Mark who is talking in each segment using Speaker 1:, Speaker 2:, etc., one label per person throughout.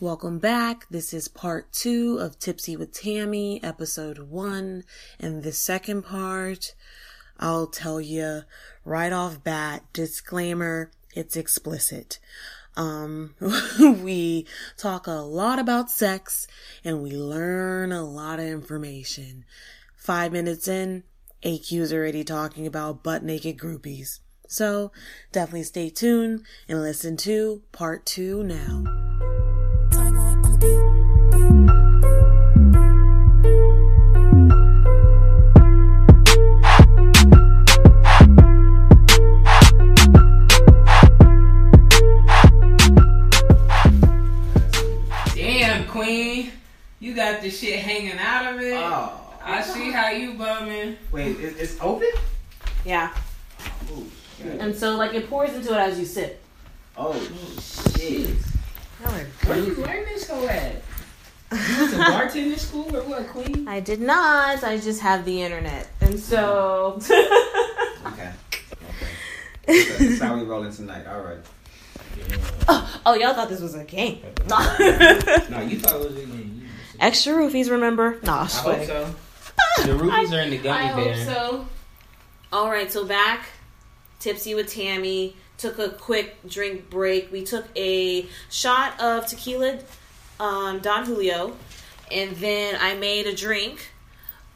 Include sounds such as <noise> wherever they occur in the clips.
Speaker 1: Welcome back. This is part two of Tipsy with Tammy, episode one. And the second part, I'll tell you right off bat, disclaimer, it's explicit. Um, <laughs> we talk a lot about sex and we learn a lot of information. Five minutes in, AQ's already talking about butt naked groupies. So definitely stay tuned and listen to part two now.
Speaker 2: Damn, Queen. You got the shit hanging out of it.
Speaker 3: Oh.
Speaker 2: I see how you bumming.
Speaker 3: Wait, it, it's open?
Speaker 4: Yeah.
Speaker 3: Ooh,
Speaker 4: And so like it pours into it as you sip.
Speaker 3: Oh, shit.
Speaker 2: Where you learn this go at? You
Speaker 3: <laughs>
Speaker 2: went to bartending school or what, Queen?
Speaker 4: I did not. I just have the internet. And so <laughs>
Speaker 3: Okay. Okay. So That's how we rolling tonight. All right.
Speaker 4: Oh, y'all thought this was a game.
Speaker 3: No, you thought it was a
Speaker 4: <laughs> Extra roofies, remember? Nah,
Speaker 2: I hope so. The rubies are in the gummy bear.
Speaker 4: so. All right, so back tipsy with Tammy. Took a quick drink break. We took a shot of tequila, um, Don Julio, and then I made a drink.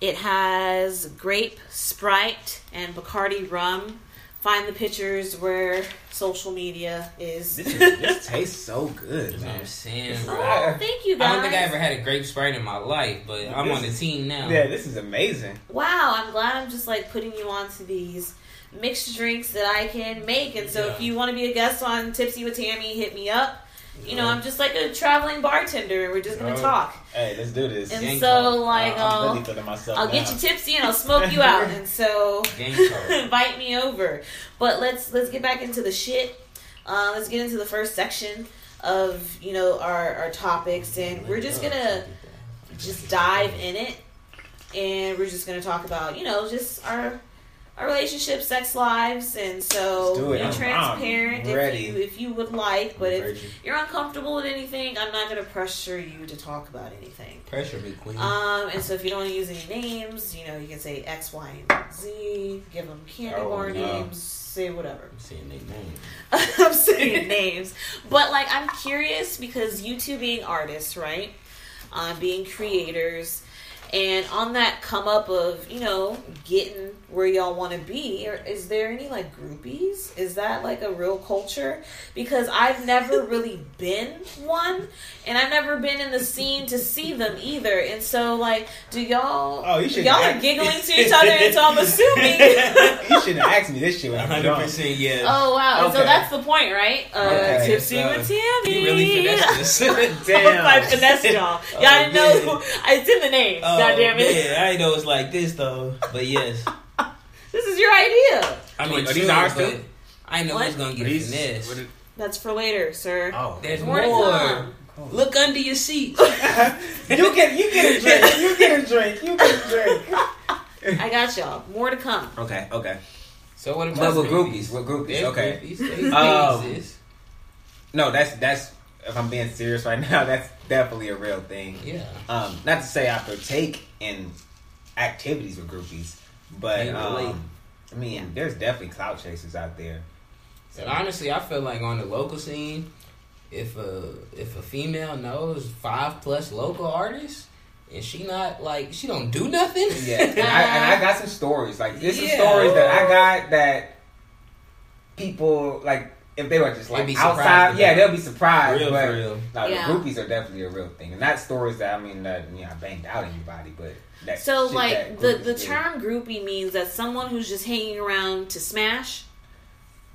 Speaker 4: It has grape, Sprite, and Bacardi rum. Find the pictures where social media is.
Speaker 3: This, is, <laughs> this tastes so good,
Speaker 2: You know what
Speaker 3: man.
Speaker 2: I'm saying? bro?
Speaker 4: oh, thank you
Speaker 2: I
Speaker 4: guys.
Speaker 2: don't think I ever had a grape sprite in my life, but I'm on the team now.
Speaker 3: Yeah, this is amazing.
Speaker 4: wow, I'm glad I'm just like putting you onto these mixed drinks that I can make. And so
Speaker 2: Yeah.
Speaker 4: if you want to be a guest on Tipsy with Tammy, hit me up. You know,
Speaker 2: Yeah.
Speaker 4: I'm just like a traveling bartender and we're just going
Speaker 2: Yeah.
Speaker 4: to talk.
Speaker 3: Hey, let's do this.
Speaker 4: And
Speaker 2: gang
Speaker 4: so,
Speaker 2: talk.
Speaker 4: like,
Speaker 3: I'm
Speaker 4: I'll,
Speaker 3: really feeling myself
Speaker 4: I'll
Speaker 3: <laughs>
Speaker 4: get you tipsy and I'll smoke you out. And so, <laughs>
Speaker 2: Gang talk.
Speaker 4: invite me over. But let's let's get back into the shit. Uh, let's get into the first section of you know our our topics, and we're just gonna just dive in it and we're just gonna talk about you know just our our relationship sex lives and so
Speaker 3: Let's do it.
Speaker 4: be
Speaker 3: I'm-
Speaker 4: transparent
Speaker 3: I'm ready.
Speaker 4: if you if you would like but if
Speaker 2: Virgin.
Speaker 4: you're uncomfortable with anything i'm not gonna pressure you to talk about anything
Speaker 2: Pressure me, Queen.
Speaker 3: Mm.
Speaker 4: um and so if you don't want to use any names you know you can say x y and z give them candy
Speaker 3: Oh,
Speaker 4: bar
Speaker 3: no.
Speaker 4: names say whatever <laughs>
Speaker 2: I'm saying they <laughs> name.
Speaker 4: I'm saying names, but like I'm curious because you two being artists, right? Uh, being creators, and on that come up of you know getting where y'all want to be, or is there any like groupies? Is that like a real culture? Because I've never really been one, and I've never been in the scene to see them either. And so like, do y'all?
Speaker 3: Oh, you should
Speaker 4: y'all are
Speaker 3: act-
Speaker 4: giggling to each other, and so I'm
Speaker 2: <laughs>
Speaker 4: assuming.
Speaker 3: you shouldn't ask me this shit when I'm drunk. <laughs>
Speaker 2: 100% yes.
Speaker 4: Oh wow! So
Speaker 3: Okay.
Speaker 4: that's the point, right? Uh,
Speaker 2: Okay,
Speaker 4: tipsy
Speaker 2: so
Speaker 4: with Tammy.
Speaker 2: You really finessed this.
Speaker 3: Damn. Oh,
Speaker 4: I finessed
Speaker 3: <laughs>
Speaker 4: y'all. Y'all didn't know. It's in the name.
Speaker 2: Oh,
Speaker 4: God damn it!
Speaker 2: Yeah, I ain't know it's like this though. But
Speaker 3: <laughs>
Speaker 2: yes,
Speaker 4: This is your idea.
Speaker 2: I
Speaker 3: Wait,
Speaker 2: mean,
Speaker 3: are these
Speaker 2: sure,
Speaker 3: ours
Speaker 2: but
Speaker 3: too?
Speaker 2: I know
Speaker 4: What?
Speaker 2: who's gonna get finessed.
Speaker 4: That's for later, sir.
Speaker 3: <laughs> Oh.
Speaker 2: There's
Speaker 4: More
Speaker 2: more.
Speaker 4: to come.
Speaker 2: Look under your seat.
Speaker 3: you get you get a drink. You get a drink. You get a drink.
Speaker 4: I got y'all. More to come.
Speaker 3: Okay, okay.
Speaker 2: so what
Speaker 3: But
Speaker 2: about
Speaker 3: we're groupies. We're groupies.
Speaker 2: They're
Speaker 3: Okay.
Speaker 2: groupies. They- they
Speaker 3: Um,
Speaker 2: <laughs> exist.
Speaker 3: No, that's that's if I'm being serious right <laughs> now, that's definitely a real thing.
Speaker 2: Yeah.
Speaker 3: Um, not to say I partake in activities with groupies, but
Speaker 2: Ain't relate.
Speaker 3: um, I mean, there's definitely clout chasers out there.
Speaker 2: And honestly, I feel like on the local scene, if a if a female knows five plus local artists, and she not like she don't do nothing.
Speaker 3: Yeah, and I, and I got some stories. Like there's
Speaker 2: Yeah.
Speaker 3: some stories that I got that people like if they were just
Speaker 2: They'd
Speaker 3: like
Speaker 2: be surprised
Speaker 3: outside, yeah,
Speaker 2: about.
Speaker 3: they'll be surprised.
Speaker 2: Real,
Speaker 3: but
Speaker 2: for real.
Speaker 3: no,
Speaker 4: Yeah.
Speaker 3: the groupies are definitely a real thing, and not stories that I mean that you know I banged out anybody, but that
Speaker 4: So,
Speaker 3: shit
Speaker 4: like
Speaker 3: that
Speaker 4: the
Speaker 3: groupies
Speaker 4: the
Speaker 3: do.
Speaker 4: term groupie means that someone who's just hanging around to smash.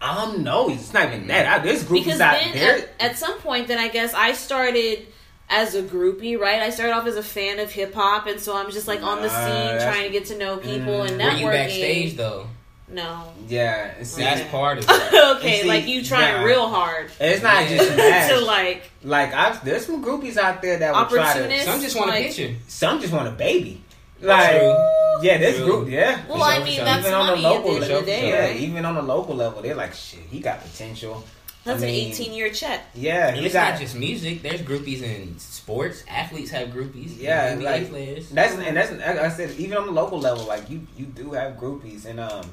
Speaker 3: Um, no, it's not even that. I, there's groupies
Speaker 4: Because
Speaker 3: out
Speaker 4: then
Speaker 3: there.
Speaker 4: at, at some point, then I guess I started. As a groupie, right? I started off as a fan of hip hop, and so I'm just like on the
Speaker 3: Uh,
Speaker 4: scene
Speaker 3: that's- mm.
Speaker 4: trying to get to know people and
Speaker 2: Were
Speaker 4: networking.
Speaker 2: you backstage though?
Speaker 4: No. <laughs>
Speaker 3: yeah, and see,
Speaker 2: That's
Speaker 4: Yeah. <laughs>
Speaker 2: part of it.
Speaker 4: okay,
Speaker 3: You see,
Speaker 4: like you trying
Speaker 3: yeah.
Speaker 4: real hard
Speaker 3: it's not
Speaker 2: Yeah.
Speaker 3: <laughs> just that.
Speaker 4: to like
Speaker 3: like, I, there's some groupies out there that will try to.
Speaker 4: opportunists.
Speaker 2: Some just want a
Speaker 4: like-
Speaker 2: picture.
Speaker 3: Some just want a baby. Like,
Speaker 2: True.
Speaker 3: yeah, this
Speaker 2: True.
Speaker 3: group, yeah.
Speaker 4: Well,
Speaker 2: For
Speaker 4: I
Speaker 2: sure,
Speaker 4: mean
Speaker 2: for sure.
Speaker 4: that's
Speaker 3: even on the
Speaker 4: money at
Speaker 3: local
Speaker 4: the end of
Speaker 3: level,
Speaker 4: the day,
Speaker 3: yeah,
Speaker 4: right?
Speaker 3: even on the local level, they're like, shit, he got potential.
Speaker 4: That's
Speaker 3: I mean,
Speaker 4: an 18 year check.
Speaker 3: Yeah,
Speaker 2: And
Speaker 3: he
Speaker 2: it's
Speaker 3: got-
Speaker 2: not just music. There's groupies in sports. Athletes have groupies.
Speaker 3: Yeah,
Speaker 2: NBA
Speaker 3: like-
Speaker 2: players.
Speaker 3: That's and that's like I said even on the local level, like you you do have groupies, and um,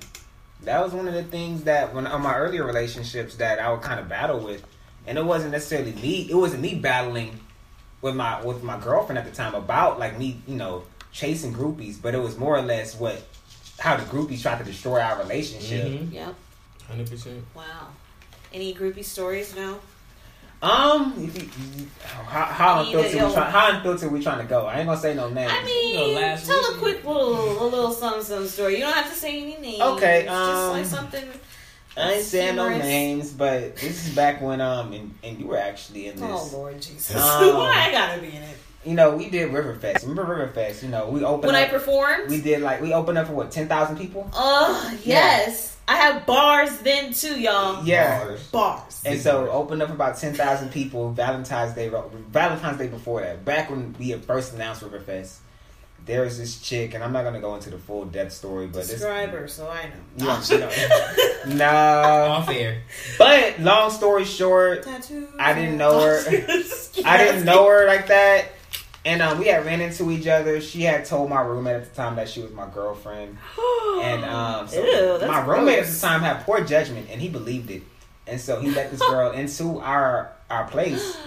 Speaker 3: that was one of the things that when on my earlier relationships that I would kind of battle with, and it wasn't necessarily me. It wasn't me battling with my with my girlfriend at the time about like me, you know, chasing groupies, but it was more or less what how the groupies tried to destroy our relationship.
Speaker 4: Yep.
Speaker 2: Hundred percent.
Speaker 4: Wow. Any groupie stories now?
Speaker 3: Um, if you, you- how how
Speaker 4: Either
Speaker 3: unfiltered
Speaker 4: yo-
Speaker 3: we try, how unfiltered we trying to go? I ain't gonna say no names.
Speaker 4: I
Speaker 2: know,
Speaker 4: mean,
Speaker 2: last
Speaker 4: tell a
Speaker 2: week-
Speaker 4: quick little, a little something, something story. You don't have to say any names.
Speaker 3: Okay,
Speaker 4: just like
Speaker 3: um,
Speaker 4: something.
Speaker 3: I ain't saying no
Speaker 4: Humorous.
Speaker 3: names, but this is back when um and, and you were actually in this.
Speaker 4: Oh Lord
Speaker 3: <laughs>
Speaker 4: Jesus! <laughs>
Speaker 3: Um,
Speaker 4: Why I gotta be in it?
Speaker 3: You know, we did Riverfest. Remember Riverfest? You know, we opened
Speaker 4: When I
Speaker 3: up.
Speaker 4: performed.
Speaker 3: we did like we opened up for what ten thousand people.
Speaker 4: Oh yes, I had bars then too, y'all.
Speaker 3: Yeah.
Speaker 2: Bars.
Speaker 4: Bars.
Speaker 3: And so opened up about ten thousand people Valentine's Day Valentine's Day before that. Back when we had first announced Riverfest, there was this chick, and I'm not gonna go into the full death story, but this
Speaker 4: Describe her, so I
Speaker 3: You
Speaker 4: know. <laughs>
Speaker 3: don't- you don't- no.
Speaker 2: Off air.
Speaker 3: But long story short,
Speaker 4: Tattoos.
Speaker 3: I didn't
Speaker 4: <laughs>
Speaker 3: know her. I didn't know her like that. And um, we had ran into each other. She had told my roommate at the time that she was my
Speaker 4: <gasps>
Speaker 3: girlfriend. And um, so
Speaker 4: Ew, that's
Speaker 3: my roommate
Speaker 4: gross.
Speaker 3: at the time had poor judgment, and he believed it. And so he let this
Speaker 4: <laughs>
Speaker 3: girl into our our place.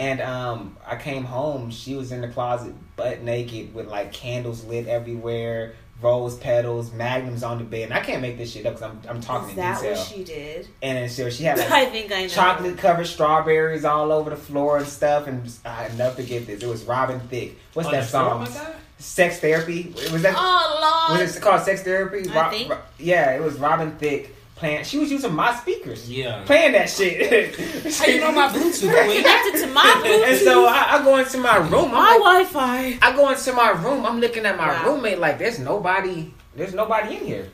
Speaker 3: And um, I came home. She was in the closet, butt naked, with like candles lit everywhere, rose petals, magnums on the bed. And I can't make this shit up because I'm I'm talking
Speaker 4: Is
Speaker 3: in
Speaker 4: that
Speaker 3: detail.
Speaker 4: what she did?
Speaker 3: and so she had
Speaker 4: <laughs>
Speaker 3: like
Speaker 4: I think I know.
Speaker 3: chocolate covered strawberries all over the floor and stuff. And I never forget this. It was Robin Thicke. What's
Speaker 2: On
Speaker 3: that
Speaker 2: the floor,
Speaker 3: song?
Speaker 2: my guy?
Speaker 3: Sex therapy. Was that?
Speaker 4: Oh Lord.
Speaker 3: was it called sex therapy?
Speaker 4: I
Speaker 3: Ro-
Speaker 4: think.
Speaker 3: Ro- yeah, it was Robin Thicke playing. She was using my speakers.
Speaker 2: Yeah.
Speaker 3: Playing
Speaker 4: <laughs>
Speaker 3: that shit.
Speaker 2: How you know my Bluetooth? Queen?
Speaker 4: Connected to
Speaker 2: <laughs>
Speaker 4: my
Speaker 3: <laughs> and
Speaker 4: Bluetooth.
Speaker 3: so I, I go into my room.
Speaker 4: my
Speaker 3: I'm like,
Speaker 4: <laughs> Wi-Fi.
Speaker 3: I go into my room. I'm looking at my
Speaker 4: Wow.
Speaker 3: roommate like, there's nobody. There's nobody in here.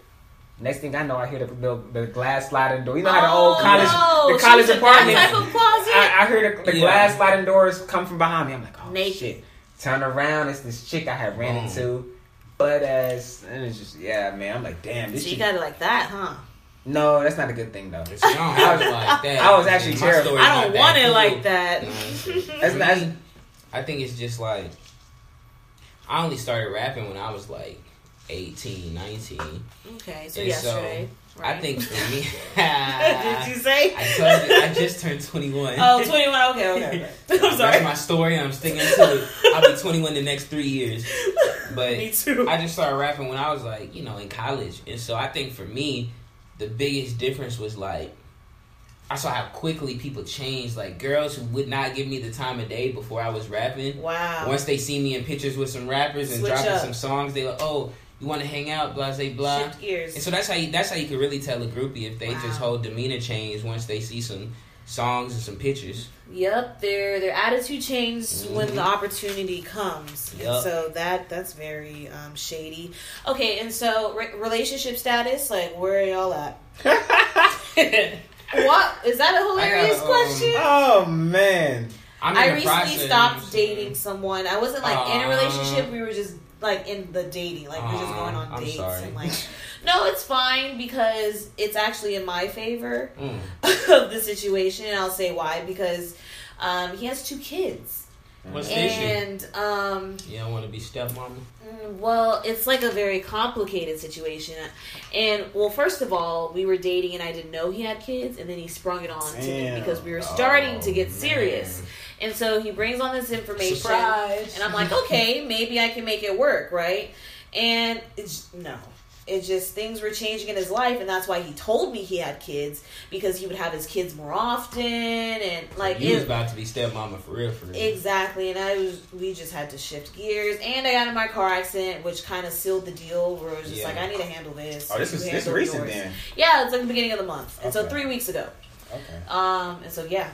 Speaker 3: Next thing I know, I hear the, the, the glass sliding door. You know how the old
Speaker 4: Oh,
Speaker 3: college,
Speaker 4: no.
Speaker 3: the college
Speaker 4: She's in
Speaker 3: apartment.
Speaker 4: That type of closet.
Speaker 3: I, I heard the, the
Speaker 2: Yeah.
Speaker 3: glass sliding doors come from behind me. I'm like, oh
Speaker 4: Naked.
Speaker 3: shit. Turn around, it's this chick I had ran
Speaker 2: Mm.
Speaker 3: into. But as and it's just yeah, man. I'm like, damn, this
Speaker 4: so you
Speaker 3: shit.
Speaker 4: got it like that, huh?
Speaker 3: no, that's not a good thing though.
Speaker 2: It's young. I was like that.
Speaker 3: I was actually
Speaker 2: My
Speaker 3: terrified.
Speaker 2: story's
Speaker 4: I don't
Speaker 2: not
Speaker 4: want it
Speaker 2: that.
Speaker 4: like that.
Speaker 3: <laughs> That's not. That's,
Speaker 2: I think it's just like I only started rapping when I was like 18, 19.
Speaker 4: okay, so
Speaker 2: And so,
Speaker 4: yesterday. right? <laughs>
Speaker 2: I think for me,
Speaker 4: did you
Speaker 2: <laughs> I,
Speaker 4: say?
Speaker 2: told you, I just turned 21.
Speaker 4: <laughs> Oh, 21. Okay,
Speaker 2: <laughs>
Speaker 4: okay. okay. I'm
Speaker 2: That's
Speaker 4: sorry.
Speaker 2: my story. I'm sticking to it. I'll be 21 the next three years.
Speaker 4: <laughs>
Speaker 2: But
Speaker 4: Me too.
Speaker 2: I just started rapping when I was like, you know, in college. And so I think for me, the biggest difference was like, I saw how quickly people changed. Like girls who would not give me the time of day before I was rapping.
Speaker 4: wow.
Speaker 2: Once they see me in pictures with some rappers and
Speaker 4: Switch
Speaker 2: dropping
Speaker 4: up.
Speaker 2: some songs, they like, oh, you want to hang out, blah, blah, blah.
Speaker 4: Shift gears.
Speaker 2: And so that's how you that's how you can really tell a groupie if they
Speaker 4: Wow.
Speaker 2: just hold demeanor change once they see some songs and
Speaker 4: <laughs>
Speaker 2: some pictures. <laughs>
Speaker 4: Yep, their their attitude changed when the
Speaker 2: Mhm.
Speaker 4: opportunity comes. And
Speaker 2: Yup.
Speaker 4: so that that's very um, shady. Okay, and so re- relationship status, like where are y'all at? what is that a
Speaker 2: I got,
Speaker 4: hilarious
Speaker 2: um,
Speaker 4: question?
Speaker 3: oh man.
Speaker 2: I'm in
Speaker 4: I
Speaker 2: the
Speaker 4: recently
Speaker 2: process. Uh-huh.
Speaker 4: stopped dating someone. I wasn't like in a
Speaker 2: Aw.
Speaker 4: relationship. We were just like in the dating. Like we are just
Speaker 2: Aw,
Speaker 4: going on
Speaker 2: Uh-huh. I'm
Speaker 4: dates
Speaker 2: sorry.
Speaker 4: and
Speaker 2: <laughs>
Speaker 4: like. No, it's fine because it's actually in my favor <laughs>
Speaker 2: Mm.
Speaker 4: of the situation, and I'll say why because um, he has two kids,
Speaker 3: Mm.
Speaker 2: What's the issue?
Speaker 4: and um,
Speaker 2: You don't want to be stepmama.
Speaker 4: Mm, Well, it's like a very complicated situation. And, well, first of all, we were dating and I didn't know he had kids, and then he sprung it on to me
Speaker 3: Damn.
Speaker 4: because we were starting to
Speaker 2: Oh,
Speaker 4: get
Speaker 2: man.
Speaker 4: serious. And so he brings on this information.
Speaker 2: Surprise.
Speaker 4: And I'm like, okay, maybe I can make it work, right? And it's, no. It just, things were changing in his life, and that's why he told me he had kids because he would have his kids more often. And, like,
Speaker 2: you
Speaker 4: it-
Speaker 2: was about to be stepmama for real, for real.
Speaker 4: Exactly, and I was we just had to shift gears, and I got in my car accident, which kind of sealed the deal. Where it was just
Speaker 2: Yeah.
Speaker 4: like, I need to handle this.
Speaker 3: Oh, this
Speaker 4: You
Speaker 3: is this
Speaker 4: handle
Speaker 3: recent
Speaker 4: yours.
Speaker 3: then.
Speaker 4: Yeah, it's like the beginning of the month, and so
Speaker 3: Okay.
Speaker 4: three weeks ago.
Speaker 3: Okay.
Speaker 4: Um, and so yeah,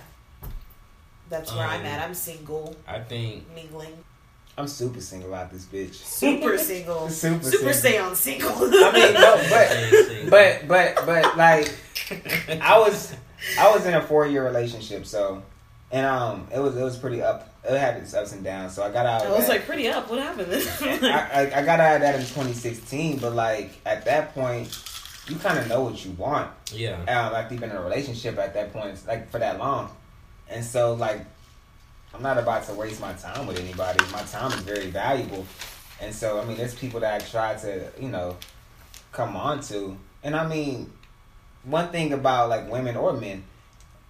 Speaker 4: that's where I'm
Speaker 2: Um,
Speaker 4: at. I'm single,
Speaker 2: I think
Speaker 4: mingling,
Speaker 3: <laughs> I'm super single out this bitch.
Speaker 4: super single,
Speaker 3: Super
Speaker 4: super
Speaker 3: single.
Speaker 4: seon single.
Speaker 3: I mean, no,
Speaker 4: <laughs>
Speaker 3: but
Speaker 2: Seriously.
Speaker 3: but but but like I was I was in a four year relationship, so and um it was it was pretty up it had its ups and downs. So I got out.
Speaker 4: I
Speaker 3: of
Speaker 4: was
Speaker 3: that.
Speaker 4: like, pretty up. What happened? <laughs>
Speaker 3: I, I, I got out of that in 2016, but like at that point, you kind of know what you want
Speaker 2: <laughs> Yeah.
Speaker 3: um, after you've been in a relationship at that point, like for that long. And so, like, I'm not about to waste my time with anybody. My time is very valuable. And so, I mean, there's people that I try to, you know, come on to. And I mean, one thing about like women or men,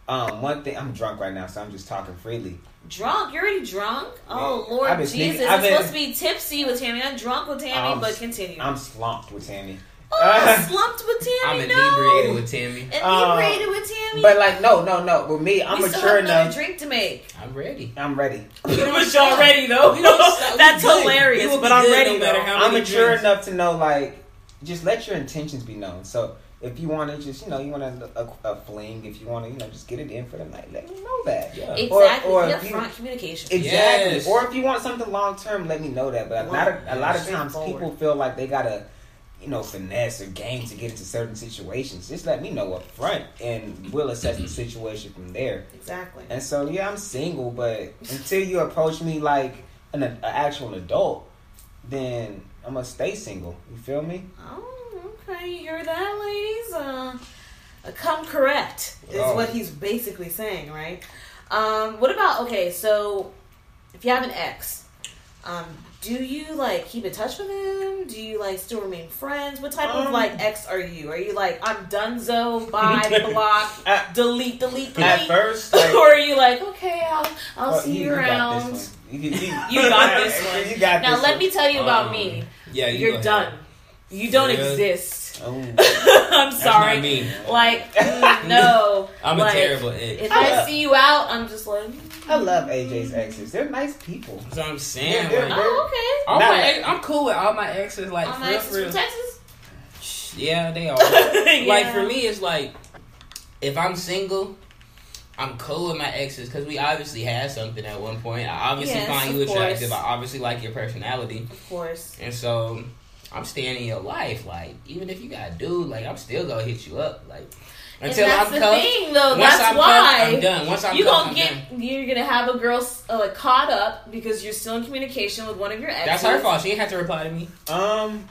Speaker 3: um, one thing, I'm drunk right now, so I'm just talking freely.
Speaker 4: Drunk? You're already drunk? Oh,
Speaker 3: Yeah.
Speaker 4: Lord
Speaker 3: I've been
Speaker 4: Jesus.
Speaker 3: sneaking- I've
Speaker 4: it's
Speaker 3: been-
Speaker 4: supposed to be tipsy with Tammy. Not drunk with Tammy,
Speaker 3: I'm-
Speaker 4: but continue.
Speaker 3: I'm slumped with Tammy. <laughs>
Speaker 4: oh, slumped with
Speaker 2: I'm
Speaker 4: Tammy?
Speaker 2: inebriated
Speaker 4: no.
Speaker 2: with Tammy.
Speaker 4: Inebriated with Tammy?
Speaker 3: Uh, But like, no, no, no. With me, I'm
Speaker 4: we still
Speaker 3: mature
Speaker 4: have another
Speaker 3: enough.
Speaker 4: drink to <laughs> make.
Speaker 2: I'm ready.
Speaker 3: I'm ready.
Speaker 4: But y'all ready,
Speaker 2: though.
Speaker 4: <laughs> That's hilarious, but I'm ready, though.
Speaker 3: I'm mature enough to know like just let your intentions be known. So if you want to just you know you want a, a, a fling, if you want to you know just get it in for the night, let me know that.
Speaker 2: Yeah.
Speaker 4: Exactly.
Speaker 3: Or- or
Speaker 4: Be
Speaker 3: if you-
Speaker 4: upfront communication.
Speaker 3: Exactly.
Speaker 2: Yes.
Speaker 3: Or if you want something long term, let me know that. But
Speaker 4: Well,
Speaker 3: not a, a lot of
Speaker 4: yeah,
Speaker 3: times people
Speaker 4: straightforward.
Speaker 3: feel like they gotta you know finesse or game to get into certain situations. Just let me know up front, and we'll assess the situation from there.
Speaker 4: exactly.
Speaker 3: And so yeah, I'm single, but until you approach me like an, an actual adult, then I'm gonna stay single. You feel me?
Speaker 4: Oh, okay. You hear that, ladies? Uh, uh, come correct is
Speaker 3: Oh.
Speaker 4: what he's basically saying, right? Um, what about okay? So, if you have an ex, um, do you like keep in touch with him? Do you like still remain friends? What type of
Speaker 3: Um,
Speaker 4: like ex are you? Are you like I'm Dunzo, bye, block,
Speaker 3: <laughs> At-
Speaker 4: delete, delete, delete?
Speaker 3: At first, <laughs> like,
Speaker 4: or are you like okay, I'll I'll
Speaker 3: well,
Speaker 4: see you,
Speaker 3: got this
Speaker 4: around?
Speaker 3: one. You, you-
Speaker 4: You got this one.
Speaker 3: <laughs> you got
Speaker 4: Now
Speaker 3: this
Speaker 4: let me tell you about
Speaker 2: Um,
Speaker 4: me.
Speaker 2: Yeah, you
Speaker 4: You're
Speaker 2: go
Speaker 4: done.
Speaker 2: ahead.
Speaker 4: You don't
Speaker 2: Yeah.
Speaker 4: exist. <laughs>
Speaker 3: one.
Speaker 4: I'm
Speaker 2: That's
Speaker 4: sorry.
Speaker 2: not me. <laughs>
Speaker 4: Like mm, no.
Speaker 2: I'm
Speaker 4: like,
Speaker 2: a terrible egg.
Speaker 4: If
Speaker 3: I
Speaker 4: I
Speaker 3: love-
Speaker 4: see you out, I'm just like.
Speaker 3: I love AJ's exes. They're nice people.
Speaker 2: That's what I'm saying.
Speaker 3: Yeah,
Speaker 2: like,
Speaker 3: yeah.
Speaker 4: Oh, okay.
Speaker 2: all
Speaker 3: Nah,
Speaker 2: my
Speaker 3: like-
Speaker 2: ex, I'm cool with all my exes. Like,
Speaker 4: All
Speaker 2: for
Speaker 4: my
Speaker 2: real,
Speaker 4: exes
Speaker 2: for real.
Speaker 4: from
Speaker 2: <laughs>
Speaker 4: Texas. <laughs>
Speaker 2: Yeah, they are. Like
Speaker 4: Yeah.
Speaker 2: for me, it's like if I'm single, I'm cool with my exes because we obviously had something at one point. I obviously
Speaker 4: Yes,
Speaker 2: find you
Speaker 4: of course.
Speaker 2: attractive. I obviously like your personality,
Speaker 4: Of course.
Speaker 2: and so I'm staying in your life. Like even if you got a dude, like I'm still gonna hit you up. Like until
Speaker 4: and that's
Speaker 2: I'm
Speaker 4: the
Speaker 2: cuffed.
Speaker 4: thing, though.
Speaker 2: once
Speaker 4: that's
Speaker 2: I'm cuffed, I'm
Speaker 4: why.
Speaker 2: done. Once I'm
Speaker 4: You're
Speaker 2: cuffed,
Speaker 4: gonna
Speaker 2: I'm
Speaker 4: get
Speaker 2: done.
Speaker 4: you're gonna have a girl uh, like, caught up because you're still in communication with one of your exes.
Speaker 2: That's her fault. She didn't have to reply to me.
Speaker 3: Um,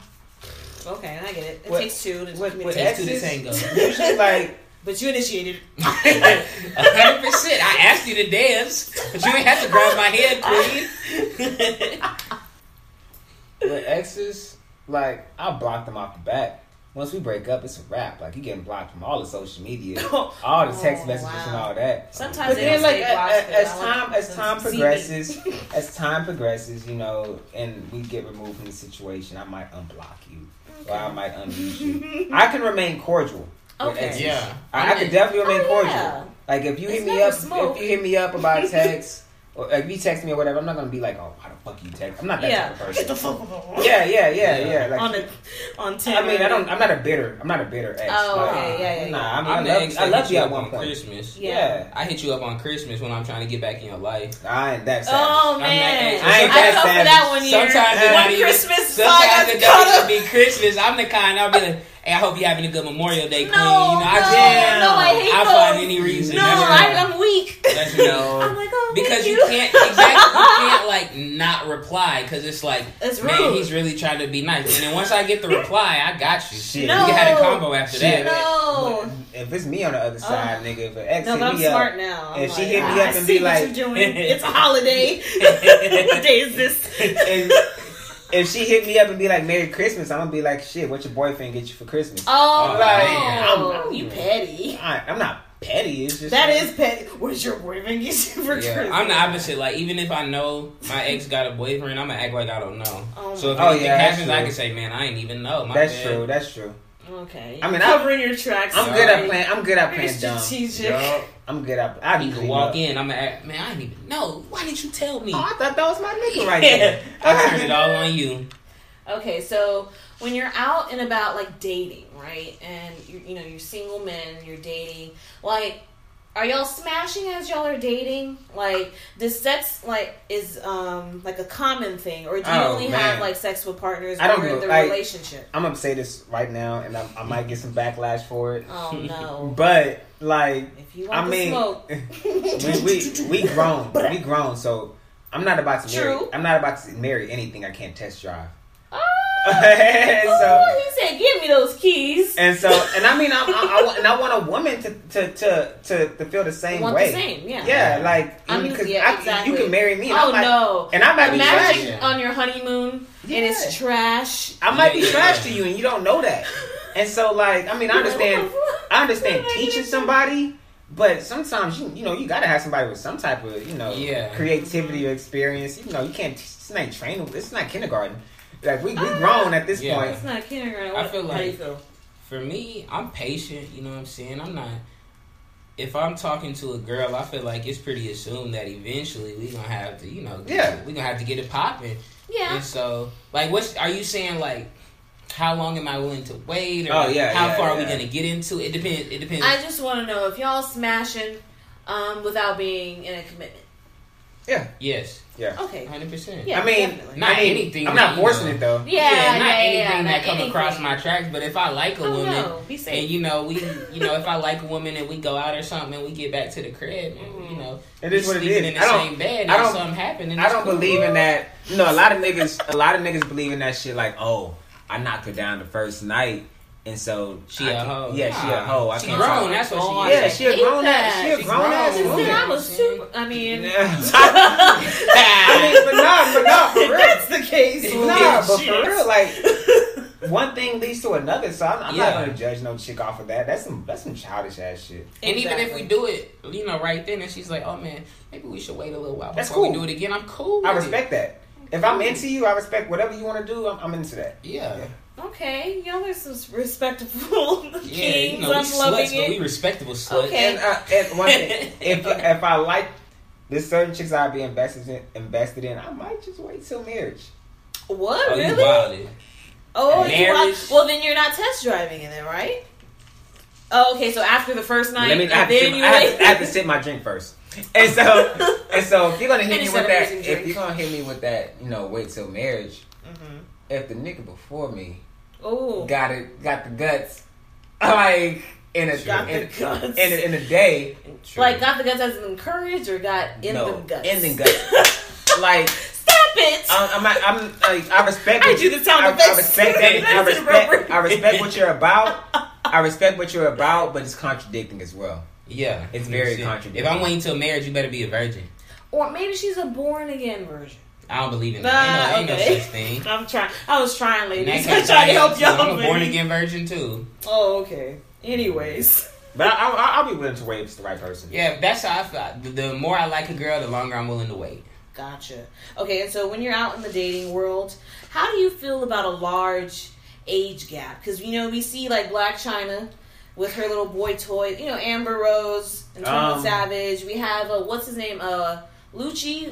Speaker 4: Okay, I get it. It
Speaker 3: What-
Speaker 4: takes two to
Speaker 3: what-
Speaker 4: communicate.
Speaker 2: Takes two to
Speaker 3: exes?
Speaker 2: tango.
Speaker 3: <laughs> usually like
Speaker 4: but you initiated.
Speaker 2: <laughs>
Speaker 4: <laughs>
Speaker 2: A hundred percent. I asked you to dance, but you didn't have to grab my
Speaker 4: <laughs>
Speaker 2: head, queen.
Speaker 3: with exes, like I block them off the back. Once we break up, it's a wrap. Like you getting blocked from all the social media, all the
Speaker 4: <laughs>
Speaker 3: text
Speaker 4: Oh,
Speaker 3: messages and
Speaker 4: wow.
Speaker 3: all that.
Speaker 4: Sometimes
Speaker 3: But
Speaker 4: they don't
Speaker 3: then, like
Speaker 4: stay
Speaker 3: a-
Speaker 4: blocked,
Speaker 3: a-
Speaker 4: but
Speaker 3: as
Speaker 4: I like
Speaker 3: time as
Speaker 4: them
Speaker 3: time
Speaker 4: seeping. <laughs>
Speaker 3: progresses, as time progresses, you know, and we get removed from the situation, I might unblock you, or I might
Speaker 4: <laughs>
Speaker 3: unmute you. I can remain cordial. with
Speaker 4: Okay.
Speaker 3: exes.
Speaker 2: Yeah.
Speaker 3: I, I can definitely remain
Speaker 4: Oh,
Speaker 3: cordial.
Speaker 4: yeah.
Speaker 3: Like if you
Speaker 4: It's
Speaker 3: hit me
Speaker 4: never
Speaker 3: up,
Speaker 4: smoke.
Speaker 3: if you hit me
Speaker 4: <laughs>
Speaker 3: up about text, or like, if you text me or whatever, I'm not gonna be like, oh, why the fuck you text? I'm not that
Speaker 4: Yeah.
Speaker 3: type of person.
Speaker 4: fuck off.
Speaker 3: Yeah, yeah, yeah, yeah. Like,
Speaker 4: on a, on
Speaker 3: I
Speaker 4: Tinder.
Speaker 3: mean, I don't. I'm not a bitter. I'm not a bitter ex.
Speaker 4: Oh,
Speaker 3: Like,
Speaker 4: okay, yeah, yeah, yeah.
Speaker 3: Nah, I mean,
Speaker 2: I'm the
Speaker 3: I love,
Speaker 2: ex
Speaker 3: I
Speaker 2: that
Speaker 3: love
Speaker 2: hit
Speaker 3: you at
Speaker 2: up
Speaker 3: one
Speaker 2: on
Speaker 3: point.
Speaker 2: Christmas.
Speaker 3: Yeah,
Speaker 2: I hit you up on Christmas when I'm trying to get back in your life.
Speaker 3: I ain't that.
Speaker 4: Oh
Speaker 2: I'm
Speaker 4: man,
Speaker 2: not-
Speaker 4: I,
Speaker 2: I
Speaker 4: ain't
Speaker 2: ain't
Speaker 4: I
Speaker 3: that
Speaker 4: fell for
Speaker 3: savage.
Speaker 4: that one year. one
Speaker 2: Sometimes it don't even-
Speaker 4: Christmas,
Speaker 2: Sometimes
Speaker 4: I
Speaker 2: it
Speaker 4: got caught
Speaker 2: doesn't
Speaker 4: up. <laughs>
Speaker 2: even be Christmas. I'm the kind. I'll be like, hey, I hope you're having a good Memorial Day,
Speaker 4: No,
Speaker 2: queen. You know, I
Speaker 4: no,
Speaker 2: just,
Speaker 4: no, I hate
Speaker 2: will find
Speaker 4: those.
Speaker 2: any reason.
Speaker 4: No,
Speaker 2: That's
Speaker 4: I,
Speaker 2: right.
Speaker 4: I'm weak.
Speaker 2: Let you know.
Speaker 4: I'm <laughs> like, oh,
Speaker 2: because
Speaker 4: thank
Speaker 2: you
Speaker 4: you.
Speaker 2: can't
Speaker 4: <laughs>
Speaker 2: exactly you can't like not reply because it's like
Speaker 4: It's
Speaker 2: man
Speaker 4: rude.
Speaker 2: he's really trying to be nice and then once I get the reply I got you
Speaker 3: Shit.
Speaker 4: No.
Speaker 2: we had a combo after
Speaker 3: Shit.
Speaker 2: that
Speaker 4: No.
Speaker 3: If it's me on the other side, nigga, if an ex
Speaker 4: oh. No, but
Speaker 3: hit
Speaker 4: I'm
Speaker 3: me up,
Speaker 4: smart now. I'm
Speaker 3: If she
Speaker 4: like,
Speaker 3: hit me
Speaker 4: "Ah,
Speaker 3: up
Speaker 4: I
Speaker 3: and
Speaker 4: see
Speaker 3: be
Speaker 4: what
Speaker 3: like-
Speaker 4: you're <laughs> doing. it's a holiday. what day is this? <laughs>
Speaker 3: if, if she hit me up and be like Merry Christmas, I'm gonna be like, shit, what your boyfriend get you for Christmas?
Speaker 4: Oh,
Speaker 2: I'm
Speaker 3: like,
Speaker 4: no.
Speaker 3: I'm- I'm-
Speaker 4: Oh, you petty.
Speaker 3: I, I'm not petty. It's just
Speaker 4: That is petty. Where's your boyfriend get you <laughs> for
Speaker 2: yeah,
Speaker 4: Christmas?
Speaker 2: I'm the opposite like even if I know my ex got a boyfriend I'm gonna act like I don't know
Speaker 4: Oh
Speaker 2: so if
Speaker 3: my- Oh,
Speaker 2: anything
Speaker 3: yeah, that's
Speaker 2: happens I
Speaker 3: true.
Speaker 2: can say man I ain't even know my
Speaker 3: That's
Speaker 2: bad.
Speaker 3: true. That's true.
Speaker 4: Okay.
Speaker 3: I mean, I-
Speaker 4: covering your tracks.
Speaker 3: I'm
Speaker 2: Sorry.
Speaker 3: good at playing. I'm good at
Speaker 4: Very
Speaker 3: playing dumb.
Speaker 4: strategic.
Speaker 3: Yup. I'm good at. I
Speaker 2: You
Speaker 3: be
Speaker 2: can walk in I'm gonna act man I didn't even know why didn't you tell me <laughs>
Speaker 3: Oh, I thought that was my nigga right
Speaker 4: Yeah.
Speaker 3: there.
Speaker 2: I turned it all on you
Speaker 4: Okay, so when you're out and about like dating, right? And you you know, you're single men, you're dating. Like are y'all smashing as y'all are dating? Like does sex like is um like a common thing or do you
Speaker 3: Oh,
Speaker 4: only
Speaker 3: man.
Speaker 4: have like sex with partners
Speaker 3: I don't
Speaker 4: or in
Speaker 3: know,
Speaker 4: the
Speaker 3: like-
Speaker 4: relationship?
Speaker 3: I'm gonna say this right now, and I, I might get some backlash for it. <laughs>
Speaker 4: Oh no.
Speaker 3: But like,
Speaker 4: If you want
Speaker 3: I mean,
Speaker 4: to
Speaker 3: <laughs>
Speaker 4: smoke
Speaker 3: we,
Speaker 4: <laughs>
Speaker 3: we we grown, we grown. So I'm not about to marry.
Speaker 4: True.
Speaker 3: I'm not about to marry anything I can't test drive. <laughs>
Speaker 4: Oh
Speaker 3: so,
Speaker 4: Ooh, Oh, he said, "Give me those keys."
Speaker 3: and so, and I mean, I, I, I, want- and I want a woman to to to to, to feel the same
Speaker 4: want
Speaker 3: way.
Speaker 4: the same, yeah.
Speaker 3: Yeah, like
Speaker 4: I mean,
Speaker 3: because
Speaker 4: yeah,
Speaker 3: I,
Speaker 4: exactly.
Speaker 3: you can marry me. And
Speaker 4: Oh
Speaker 3: I might,
Speaker 4: no!
Speaker 3: and I might be
Speaker 4: Imagine
Speaker 3: trash.
Speaker 4: on your honeymoon
Speaker 3: Yeah.
Speaker 4: and it's trash.
Speaker 3: I might be
Speaker 2: Yeah, yeah,
Speaker 3: trash
Speaker 2: yeah.
Speaker 3: to you, and you don't know that. And so, like, I mean, I understand.
Speaker 4: <laughs>
Speaker 3: I understand
Speaker 4: What am I
Speaker 3: teaching
Speaker 4: gonna do?
Speaker 3: somebody, but sometimes you you know you gotta have somebody with some type of you know
Speaker 2: Yeah.
Speaker 3: creativity or
Speaker 4: Mm-hmm.
Speaker 3: experience. You know, you can't. It's not training. It's not kindergarten. Like we we
Speaker 4: Uh,
Speaker 3: grown at this
Speaker 2: Yeah.
Speaker 3: point.
Speaker 4: It's not kindergarten.
Speaker 2: I
Speaker 4: What-
Speaker 2: feel
Speaker 4: how do you
Speaker 2: like-
Speaker 4: feel?
Speaker 2: For me, I'm patient. You know what I'm saying? I'm not. If I'm talking to a girl, I feel like it's pretty assumed that eventually we gonna have to, you know,
Speaker 3: Yeah.
Speaker 2: we gonna have to get it popping.
Speaker 4: Yeah.
Speaker 2: And so, like, what's are you saying? Like, how long am I willing to wait? Or
Speaker 3: Oh, yeah,
Speaker 2: How
Speaker 3: yeah,
Speaker 2: far are we
Speaker 3: yeah.
Speaker 2: gonna get into? It depends. It depends.
Speaker 4: I just want to know if y'all smashing um, without being in a commitment.
Speaker 2: yes,
Speaker 4: Okay.
Speaker 2: hundred percent.
Speaker 4: Yeah,
Speaker 3: I mean,
Speaker 4: definitely.
Speaker 2: Not
Speaker 3: I mean,
Speaker 2: anything
Speaker 3: I'm not
Speaker 2: that you
Speaker 3: forcing
Speaker 2: know.
Speaker 3: it though.
Speaker 4: Yeah, yeah,
Speaker 2: not
Speaker 4: yeah,
Speaker 2: anything
Speaker 4: yeah,
Speaker 2: that
Speaker 4: not
Speaker 2: come across
Speaker 4: anything.
Speaker 2: my tracks. But if I like a
Speaker 4: Oh,
Speaker 2: woman,
Speaker 4: no. Be safe.
Speaker 2: and you know we, you know, if I like a woman and we go out or something and we get back to the crib, and,
Speaker 4: Mm.
Speaker 2: you know,
Speaker 3: It is
Speaker 2: we
Speaker 3: what it
Speaker 2: sleeping
Speaker 3: is.
Speaker 2: in the
Speaker 3: I don't-
Speaker 2: same bed,
Speaker 3: I
Speaker 2: and
Speaker 3: don't-
Speaker 2: something happened. And
Speaker 3: I
Speaker 2: it's
Speaker 3: don't
Speaker 2: cool.
Speaker 3: believe in that. You know, a lot of niggas, a lot of niggas believe in that shit. Like, oh, I knocked her down the first night, and so
Speaker 2: She
Speaker 3: I
Speaker 2: a
Speaker 3: can't-
Speaker 2: hoe.
Speaker 3: Yeah, she a
Speaker 2: Nah.
Speaker 3: hoe. I
Speaker 2: She
Speaker 3: can't
Speaker 2: grown. <laughs>
Speaker 3: talk-
Speaker 2: That's
Speaker 4: Oh,
Speaker 2: what she
Speaker 3: Yeah,
Speaker 2: is.
Speaker 3: she a
Speaker 4: hate
Speaker 3: grown ass.
Speaker 4: that.
Speaker 3: She a
Speaker 2: She's
Speaker 3: grown ass
Speaker 2: grown.
Speaker 4: Just
Speaker 3: woman.
Speaker 4: said I was super. I mean,
Speaker 3: <laughs> I mean, but nah, but nah, for real.
Speaker 4: that's the case.
Speaker 3: nah, but for real, like <laughs> one thing leads to another. So I'm, I'm
Speaker 2: Yeah.
Speaker 3: not gonna judge no chick off of that. That's some that's some childish ass shit.
Speaker 2: <laughs> And even if we do it, you know, right then, and she's like, "Oh man, maybe we should wait a little while
Speaker 3: That's
Speaker 2: before we
Speaker 3: cool.
Speaker 2: do it again." I'm cool.
Speaker 3: I
Speaker 2: with it.
Speaker 3: respect that. If I'm into you, I respect whatever you want to do. I'm, I'm into that.
Speaker 2: Yeah,
Speaker 4: Okay, y'all are some <laughs> respectful kings.
Speaker 2: yeah. You know, we
Speaker 4: I'm loving
Speaker 2: sluts, but we
Speaker 4: it.
Speaker 2: respectable sluts.
Speaker 4: Okay.
Speaker 3: And, uh, and one <laughs> thing, if if I like there's certain chicks I'd be invested in, invested in, I might just wait till marriage.
Speaker 4: What
Speaker 2: Oh, you
Speaker 4: really?
Speaker 2: wildin'.
Speaker 4: Oh, you
Speaker 2: Marriage.
Speaker 4: wild. Well, then you're not test driving in it, right? Oh, okay. So after the first night,
Speaker 3: Let me. I have, to
Speaker 4: then
Speaker 3: sip,
Speaker 4: you
Speaker 3: I, have
Speaker 4: wait.
Speaker 3: to, I have to sip my drink first. And
Speaker 4: <laughs>
Speaker 3: so, and so, if you're gonna hit
Speaker 4: Finish
Speaker 3: me
Speaker 4: that
Speaker 3: with that,
Speaker 4: amazing
Speaker 3: if
Speaker 4: drink.
Speaker 3: you're gonna hit me with that, you know, wait till marriage.
Speaker 4: Mhm.
Speaker 3: If the nigga before me
Speaker 4: Oh,
Speaker 3: got it, got the guts, <laughs> like in a
Speaker 2: Got
Speaker 3: in,
Speaker 4: the guts.
Speaker 3: in a, in a day,
Speaker 4: like got the guts as an encourage or got in the guts.
Speaker 3: in the guts. Um, like
Speaker 4: Stop it.
Speaker 3: I'm, I'm, I'm like, I respect.
Speaker 4: I
Speaker 3: what
Speaker 4: do the sound
Speaker 3: I, I
Speaker 4: effects.
Speaker 3: respect that. I
Speaker 4: That's
Speaker 3: respect.
Speaker 4: inappropriate.
Speaker 3: I respect what you're about. I respect what you're about, but it's contradicting as well.
Speaker 2: Yeah,
Speaker 3: It's very
Speaker 2: 100%.
Speaker 3: contradictory.
Speaker 2: If I'm waiting till marriage, you better be a virgin.
Speaker 4: or maybe she's a born again version.
Speaker 2: I don't believe in that.
Speaker 4: Nah,
Speaker 2: ain't no, ain't
Speaker 4: okay.
Speaker 2: no such
Speaker 4: <laughs>
Speaker 2: thing.
Speaker 4: I'm trying. I was trying,
Speaker 2: And
Speaker 4: ladies. <laughs>
Speaker 2: that
Speaker 4: I'm
Speaker 2: can't
Speaker 4: trying to
Speaker 2: tie
Speaker 4: help
Speaker 2: into-
Speaker 4: y'all.
Speaker 2: I'm a born
Speaker 4: ladies.
Speaker 2: again virgin too.
Speaker 4: Oh, okay. Anyways.
Speaker 3: But I, I, I'll be willing to wait if it's the right person.
Speaker 2: Yeah, that's how I feel. The, the more I like a girl, the longer I'm willing to wait.
Speaker 4: Gotcha. Okay, and so when you're out in the dating world, how do you feel about a large age gap? Because you know we see like Black China with her little boy toy. You know Amber Rose and Twenty
Speaker 3: Um,
Speaker 4: Savage. We have uh, what's his name? Uh, Lucci.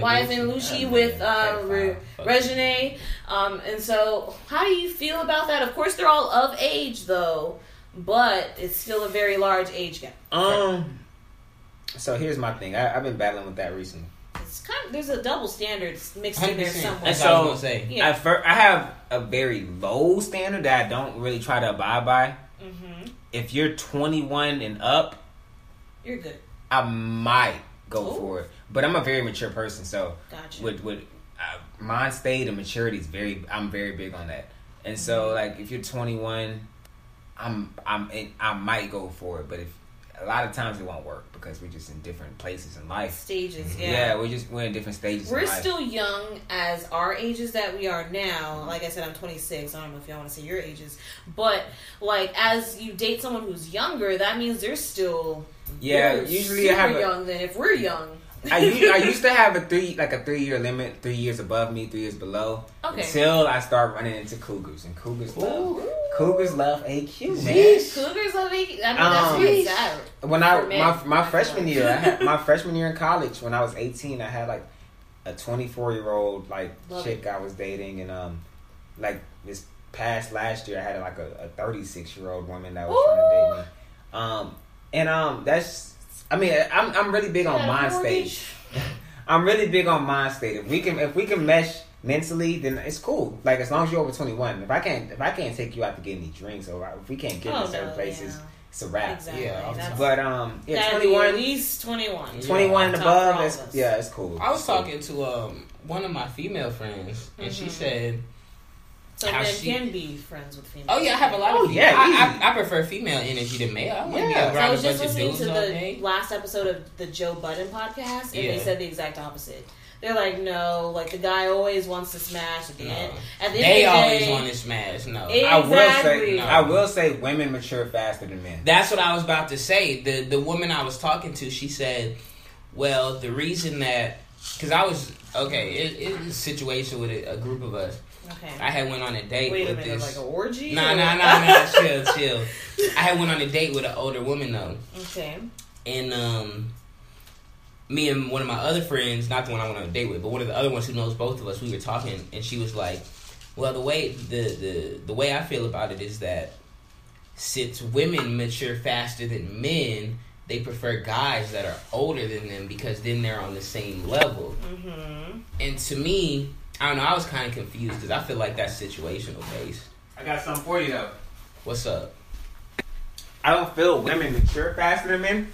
Speaker 4: YFN
Speaker 2: Lucci.
Speaker 4: Lucci
Speaker 3: Yeah,
Speaker 4: with
Speaker 3: man,
Speaker 4: uh,
Speaker 3: pedophile.
Speaker 4: Re-
Speaker 2: Fuck.
Speaker 4: Regine. Um, and so how do you feel about that? Of course, they're all of age though, but it's still a very large age gap.
Speaker 3: Um. So here's my thing. I, I've been battling with that recently.
Speaker 4: It's kind of there's a double standard mixed in there
Speaker 2: 100%.
Speaker 4: somewhere.
Speaker 2: That's what I was
Speaker 3: So-
Speaker 2: going to say.
Speaker 4: Yeah.
Speaker 3: At first, I have a very low standard that I don't really try to abide by.
Speaker 4: hmm
Speaker 3: If you're 21 and up,
Speaker 4: You're good.
Speaker 3: I might go
Speaker 4: Ooh.
Speaker 3: for it. But I'm a very mature person, so
Speaker 4: Gotcha.
Speaker 3: would would uh, mind state and maturity is very. I'm very big on that. And
Speaker 4: Mm-hmm.
Speaker 3: so, like, if you're 21, I'm I'm in, I might go for it. But if a lot of times it won't work because we're just in different places in life.
Speaker 4: Stages,
Speaker 3: Yeah,
Speaker 4: yeah.
Speaker 3: we're just we're in different stages.
Speaker 4: We're
Speaker 3: in life.
Speaker 4: still young as our ages that we are now. Like I said, I'm 26. I don't know if y'all want to say your ages, but like as you date someone who's younger, that means they're still
Speaker 3: yeah.
Speaker 4: they're
Speaker 3: Usually, I
Speaker 4: super
Speaker 3: have a,
Speaker 4: young. Then if we're young,
Speaker 3: I used,
Speaker 4: <laughs>
Speaker 3: I used to have a three like a three year limit, three years above me, three years below.
Speaker 4: Okay.
Speaker 3: Until I start running into cougars and cougars love
Speaker 4: Ooh.
Speaker 3: cougars love AQ man.
Speaker 4: cougers are big. I mean,
Speaker 3: Um,
Speaker 4: that's really sad.
Speaker 3: When I
Speaker 4: For men.
Speaker 3: my my freshman year, I had,
Speaker 4: <laughs>
Speaker 3: my freshman year in college when I was eighteen, I had like a twenty four year old like
Speaker 4: Love
Speaker 3: chick I was dating, and um like this past last year, I had like a thirty six year old woman that was trying to date me. Um and um that's I mean I'm I'm really big on
Speaker 4: Got a
Speaker 3: mind
Speaker 4: mortgage?
Speaker 3: stage. <laughs> I'm really big on mind state. If we can if we can mesh mentally, then it's cool. Like as long as you're over twenty one. If I can't if I can't take you out to get any drinks or if we can't get
Speaker 4: Oh,
Speaker 3: in certain
Speaker 4: no,
Speaker 3: places,
Speaker 4: yeah.
Speaker 3: it's a wrap.
Speaker 4: Exactly.
Speaker 2: Yeah, I'm
Speaker 4: That's-
Speaker 3: But um yeah,
Speaker 4: that'd be at
Speaker 3: 21,
Speaker 4: least 21.
Speaker 3: 21 and
Speaker 4: Top
Speaker 3: above,
Speaker 4: for all
Speaker 3: that's,
Speaker 4: of us.
Speaker 3: yeah, it's cool.
Speaker 2: I was
Speaker 3: It's cool.
Speaker 4: Mm-hmm.
Speaker 2: talking to um one of my female friends, and she said
Speaker 4: So
Speaker 2: How
Speaker 4: men
Speaker 2: she-
Speaker 4: can be friends with females.
Speaker 2: Oh yeah, I have a lot of.
Speaker 3: Oh, yeah,
Speaker 2: I,
Speaker 3: easy.
Speaker 2: I, I prefer female energy to male. I want to
Speaker 3: Yeah.
Speaker 2: be
Speaker 4: So I
Speaker 2: around
Speaker 4: was
Speaker 2: a
Speaker 4: just
Speaker 2: bunch of
Speaker 4: listening
Speaker 2: dudes
Speaker 4: to
Speaker 2: all
Speaker 4: the
Speaker 2: day.
Speaker 4: last episode of the Joe Budden podcast, and they
Speaker 2: Yeah.
Speaker 4: said the exact opposite. They're like, no, like the guy always wants to smash at the
Speaker 2: No.
Speaker 4: end. At the
Speaker 2: They
Speaker 4: end of
Speaker 2: always
Speaker 4: the day,
Speaker 2: want to smash. No,
Speaker 4: It-
Speaker 3: I will
Speaker 4: Exactly.
Speaker 3: say, I will say, women mature faster than men.
Speaker 2: That's what I was about to say. The the woman I was talking to, she said, "Well, the reason that because I was okay, it, it was a situation with a, a group of us.
Speaker 4: Okay.
Speaker 2: I had went on a date
Speaker 4: Wait a
Speaker 2: with
Speaker 4: minute, like
Speaker 2: this.
Speaker 4: an orgy?
Speaker 2: No,
Speaker 4: or- <laughs>
Speaker 2: no, no, no. Chill, chill. I had went on a date with an older woman though,
Speaker 4: Okay.
Speaker 2: and um, me and one of my other friends, not the one I went on a date with, but one of the other ones who knows both of us, we were talking, and she was like, "Well, the way the the the way I feel about it is that since women mature faster than men, they prefer guys that are older than them because then they're on the same level."
Speaker 4: Mm-hmm.
Speaker 2: And to me, I don't know, I was kind of confused because I feel like that's situational based.
Speaker 3: I got something for you though.
Speaker 2: What's up?
Speaker 3: I don't feel women mature faster than men.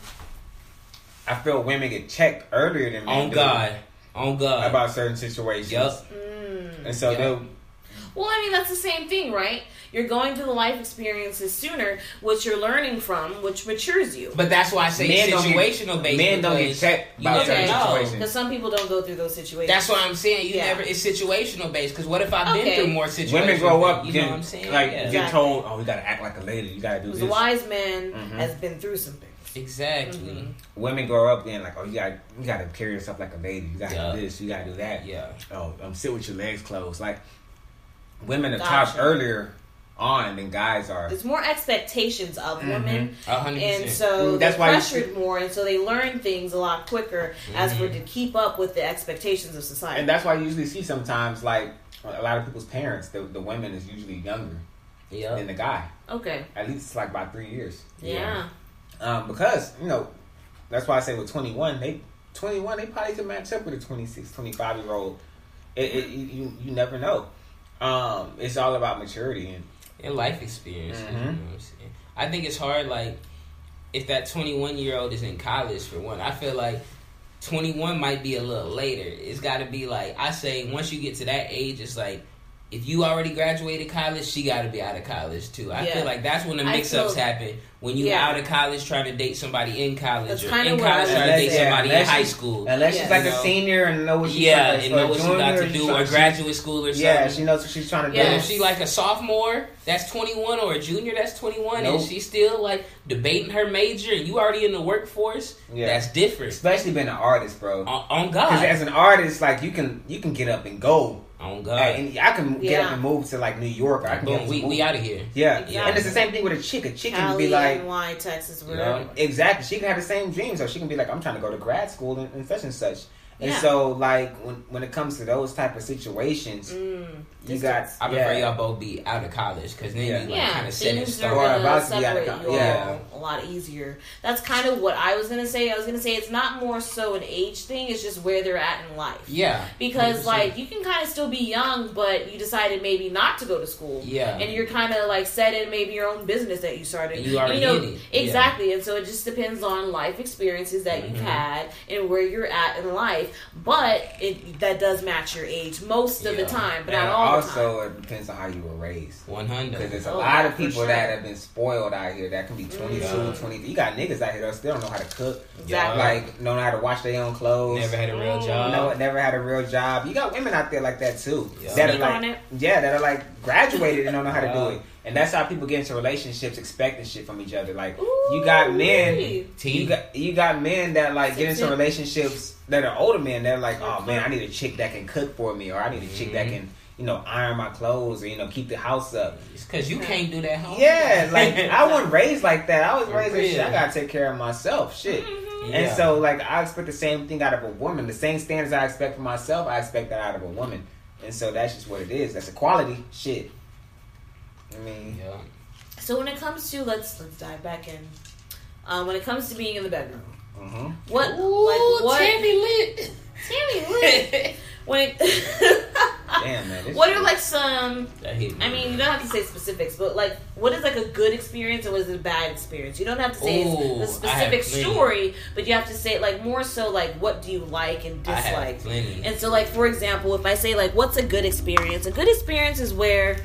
Speaker 3: I feel women get checked earlier than men.
Speaker 2: On Oh,
Speaker 3: do
Speaker 2: God, on God.
Speaker 3: About certain situations.
Speaker 2: Yup.
Speaker 4: Mm.
Speaker 3: And so
Speaker 2: Yup.
Speaker 3: they'll
Speaker 4: Well, I mean, that's the same thing, right? You're going through the life experiences sooner, which you're learning from, which matures you.
Speaker 2: But that's why I say
Speaker 3: Men don't get-
Speaker 2: situational based.
Speaker 3: men don't get
Speaker 2: because
Speaker 3: checked
Speaker 2: you
Speaker 3: by
Speaker 2: never
Speaker 3: certain
Speaker 2: know.
Speaker 3: situations.
Speaker 4: Because some people don't go through those situations.
Speaker 2: That's what I'm saying. You
Speaker 4: Yeah.
Speaker 2: never. It's situational based. Because what if I've
Speaker 4: Okay.
Speaker 2: been through more situations?
Speaker 3: Women grow
Speaker 2: than-
Speaker 3: up,
Speaker 2: You
Speaker 3: get,
Speaker 2: know what I'm saying?
Speaker 3: like
Speaker 2: Yeah.
Speaker 3: get
Speaker 4: Exactly.
Speaker 3: told, oh, you gotta act like a lady, you gotta do
Speaker 4: Because
Speaker 3: this.
Speaker 4: the wise man
Speaker 3: Mhm.
Speaker 2: Mm-hmm.
Speaker 4: has been through some things.
Speaker 2: Exactly.
Speaker 4: Mhm.
Speaker 3: Women grow up being like, oh, you gotta, you gotta carry yourself like a lady, you gotta
Speaker 2: Yup.
Speaker 3: do this, you gotta do that.
Speaker 2: Yeah.
Speaker 3: Oh, um, sit with your legs closed. Like women are
Speaker 4: Gotcha.
Speaker 3: top earlier on than guys are.
Speaker 4: There's more expectations of women,
Speaker 2: A hundred
Speaker 4: and
Speaker 2: percent.
Speaker 4: so
Speaker 3: Mm, that's
Speaker 4: they're
Speaker 3: why you
Speaker 4: pressured more, and so they learn things a lot quicker as for to keep up with the expectations of society.
Speaker 3: Mm-hmm. And that's why you usually see sometimes like a lot of people's parents, the, the women is usually younger
Speaker 2: Yeah.
Speaker 3: than the guy.
Speaker 4: okay,
Speaker 3: At least like by three years.
Speaker 4: yeah.
Speaker 3: Um, because, you know, that's why I say with 21, they 21, they probably can match up with a 26, 25 year old. It, it, you, you- you never know. Um, it's all about maturity. And,
Speaker 2: And life experiences. You know
Speaker 3: Mhm.
Speaker 2: what I'm saying? I think it's hard. Like if that 21 year old is in college for one, I feel like 21 might be a little later. It's got to be like I say. Once you get to that age, it's like. If you already graduated college, she got to be out of college too. I
Speaker 4: Yeah.
Speaker 2: feel like that's when the
Speaker 4: I
Speaker 2: mix-ups
Speaker 4: feel-
Speaker 2: happen. When you
Speaker 4: Yeah.
Speaker 2: out of college trying to date somebody in college,
Speaker 4: That's
Speaker 2: or
Speaker 4: kinda
Speaker 2: in
Speaker 4: what I
Speaker 2: college
Speaker 4: was
Speaker 2: trying to
Speaker 4: gonna
Speaker 2: date
Speaker 4: say.
Speaker 2: somebody in
Speaker 3: Unless
Speaker 2: high
Speaker 3: you-
Speaker 2: school.
Speaker 3: Unless
Speaker 4: Yes.
Speaker 3: she's like
Speaker 2: You
Speaker 3: a
Speaker 2: know?
Speaker 3: senior and know what she's
Speaker 2: yeah,
Speaker 3: trying to
Speaker 2: and
Speaker 3: or
Speaker 2: know what she's
Speaker 3: junior,
Speaker 2: about to
Speaker 3: she's
Speaker 2: do,
Speaker 3: trying-
Speaker 2: or graduate school or something.
Speaker 3: Yeah, she knows what she's trying to
Speaker 2: Yeah,
Speaker 3: do.
Speaker 2: if she like a sophomore that's 21 or a junior that's 21 and
Speaker 3: Nope.
Speaker 2: she's still like debating her major and you already in the workforce,
Speaker 3: Yeah.
Speaker 2: that's different.
Speaker 3: Especially being an artist, bro.
Speaker 2: On, on
Speaker 3: Because
Speaker 2: God.
Speaker 3: as an artist, like you can you can get up and go.
Speaker 2: On
Speaker 3: Like,
Speaker 2: God.
Speaker 3: and I can get
Speaker 4: Yeah.
Speaker 3: up and move to like New York. Or I can get
Speaker 2: Boom,
Speaker 3: up
Speaker 2: Uh, we,
Speaker 3: and
Speaker 2: we
Speaker 3: move.
Speaker 2: out of here.
Speaker 3: yeah.
Speaker 4: Exactly.
Speaker 3: and it's the same thing with a chick. A chick can
Speaker 4: Cali,
Speaker 3: be like,
Speaker 4: NY, Texas,
Speaker 2: You
Speaker 4: wherever.
Speaker 2: know?
Speaker 3: exactly. She can have the same dreams, or she can be like, I'm trying to go to grad school and, and such and such. And
Speaker 4: Yeah.
Speaker 3: so, like when when it comes to those type of situations,
Speaker 4: Mm.
Speaker 3: you got
Speaker 2: I prefer
Speaker 3: yeah,
Speaker 2: y'all both be out of college because then
Speaker 3: Yeah.
Speaker 2: you like
Speaker 4: yeah,
Speaker 2: kind of set in
Speaker 4: things are
Speaker 2: stone.
Speaker 3: Or
Speaker 4: gonna
Speaker 3: about to be out of
Speaker 4: separate
Speaker 3: con-
Speaker 4: you
Speaker 3: yeah.
Speaker 4: all a lot easier. That's kind of what I was gonna say. I was gonna say it's not more so an age thing; it's just where they're at in life.
Speaker 2: Yeah.
Speaker 4: Because
Speaker 2: 100%.
Speaker 4: like you can kind of still be young, but you decided maybe not to go to school.
Speaker 2: Yeah.
Speaker 4: and you're kind of like set in maybe your own business that you started.
Speaker 2: And you already
Speaker 4: know,
Speaker 2: in it. Yeah.
Speaker 4: exactly, and so it just depends on life experiences that you've
Speaker 2: Mhm.
Speaker 4: had and where you're at in life. But it that does match your age most of the
Speaker 2: Yeah.
Speaker 4: time, but
Speaker 3: and
Speaker 4: not all the time.
Speaker 3: also it depends on how you were raised.
Speaker 2: 100.
Speaker 3: Because there's a
Speaker 4: Oh,
Speaker 3: lot
Speaker 4: for
Speaker 3: of people
Speaker 4: sure. Mm.
Speaker 3: that have been spoiled out here that can be 22,
Speaker 2: Yeah.
Speaker 3: 23. You got niggas out here that still don't know how to cook,
Speaker 4: Exactly.
Speaker 3: like don't know how to wash their own clothes.
Speaker 2: Never had a real
Speaker 4: Mm.
Speaker 2: job.
Speaker 3: no, never had a real job. You got women out there like that too.
Speaker 2: Yeah.
Speaker 3: That are
Speaker 4: Speak
Speaker 3: like,
Speaker 4: on it.
Speaker 3: yeah, that are like graduated and don't know how to
Speaker 2: Yeah.
Speaker 3: do it. And that's how people get into relationships expecting shit from each other. Like you
Speaker 4: Ooh,
Speaker 3: got men,
Speaker 4: really?
Speaker 2: T.
Speaker 3: you got you got men that like get
Speaker 4: Six
Speaker 3: into
Speaker 4: it.
Speaker 3: relationships that are older men. They're like, oh man, I need a chick that can cook for me, or I need a chick that
Speaker 2: Mhm.
Speaker 3: can you know iron my clothes, or you know keep the house up.
Speaker 2: it's because you can't do that
Speaker 4: <laughs>
Speaker 2: home.
Speaker 3: Yeah,
Speaker 2: <laughs>
Speaker 3: like I wasn't raised like that. I was
Speaker 2: For
Speaker 3: raised like shit. I
Speaker 2: real.
Speaker 3: gotta take care of myself. Shit.
Speaker 4: Mm-hmm.
Speaker 2: Yeah.
Speaker 3: And so, like, I expect the same thing out of a woman. The same standards I expect for myself, I expect that out of a woman. And so that's just what it is. That's equality. Shit. I mean,
Speaker 2: Yeah.
Speaker 4: So when it comes to let's let's dive back in. Um, when it comes to being in the bedroom,
Speaker 3: mhm.
Speaker 4: what
Speaker 2: Ooh,
Speaker 4: like what?
Speaker 2: Tammy lit.
Speaker 4: Tammy, what? <laughs> when it,
Speaker 3: damn man. this
Speaker 4: what
Speaker 3: shit-
Speaker 4: are like some
Speaker 2: That hit me.
Speaker 4: I mean, you don't have to to say specifics, but like, what is like a good experience and what is a bad experience? You don't have to say
Speaker 2: Ooh,
Speaker 4: it's the
Speaker 2: I have
Speaker 4: specific
Speaker 2: plenty.
Speaker 4: story, but you have to say like more so like what do you like and
Speaker 2: I have
Speaker 4: dislike.
Speaker 2: plenty.
Speaker 4: And so, like for example, if I say like, "What's a good experience?" A good experience is where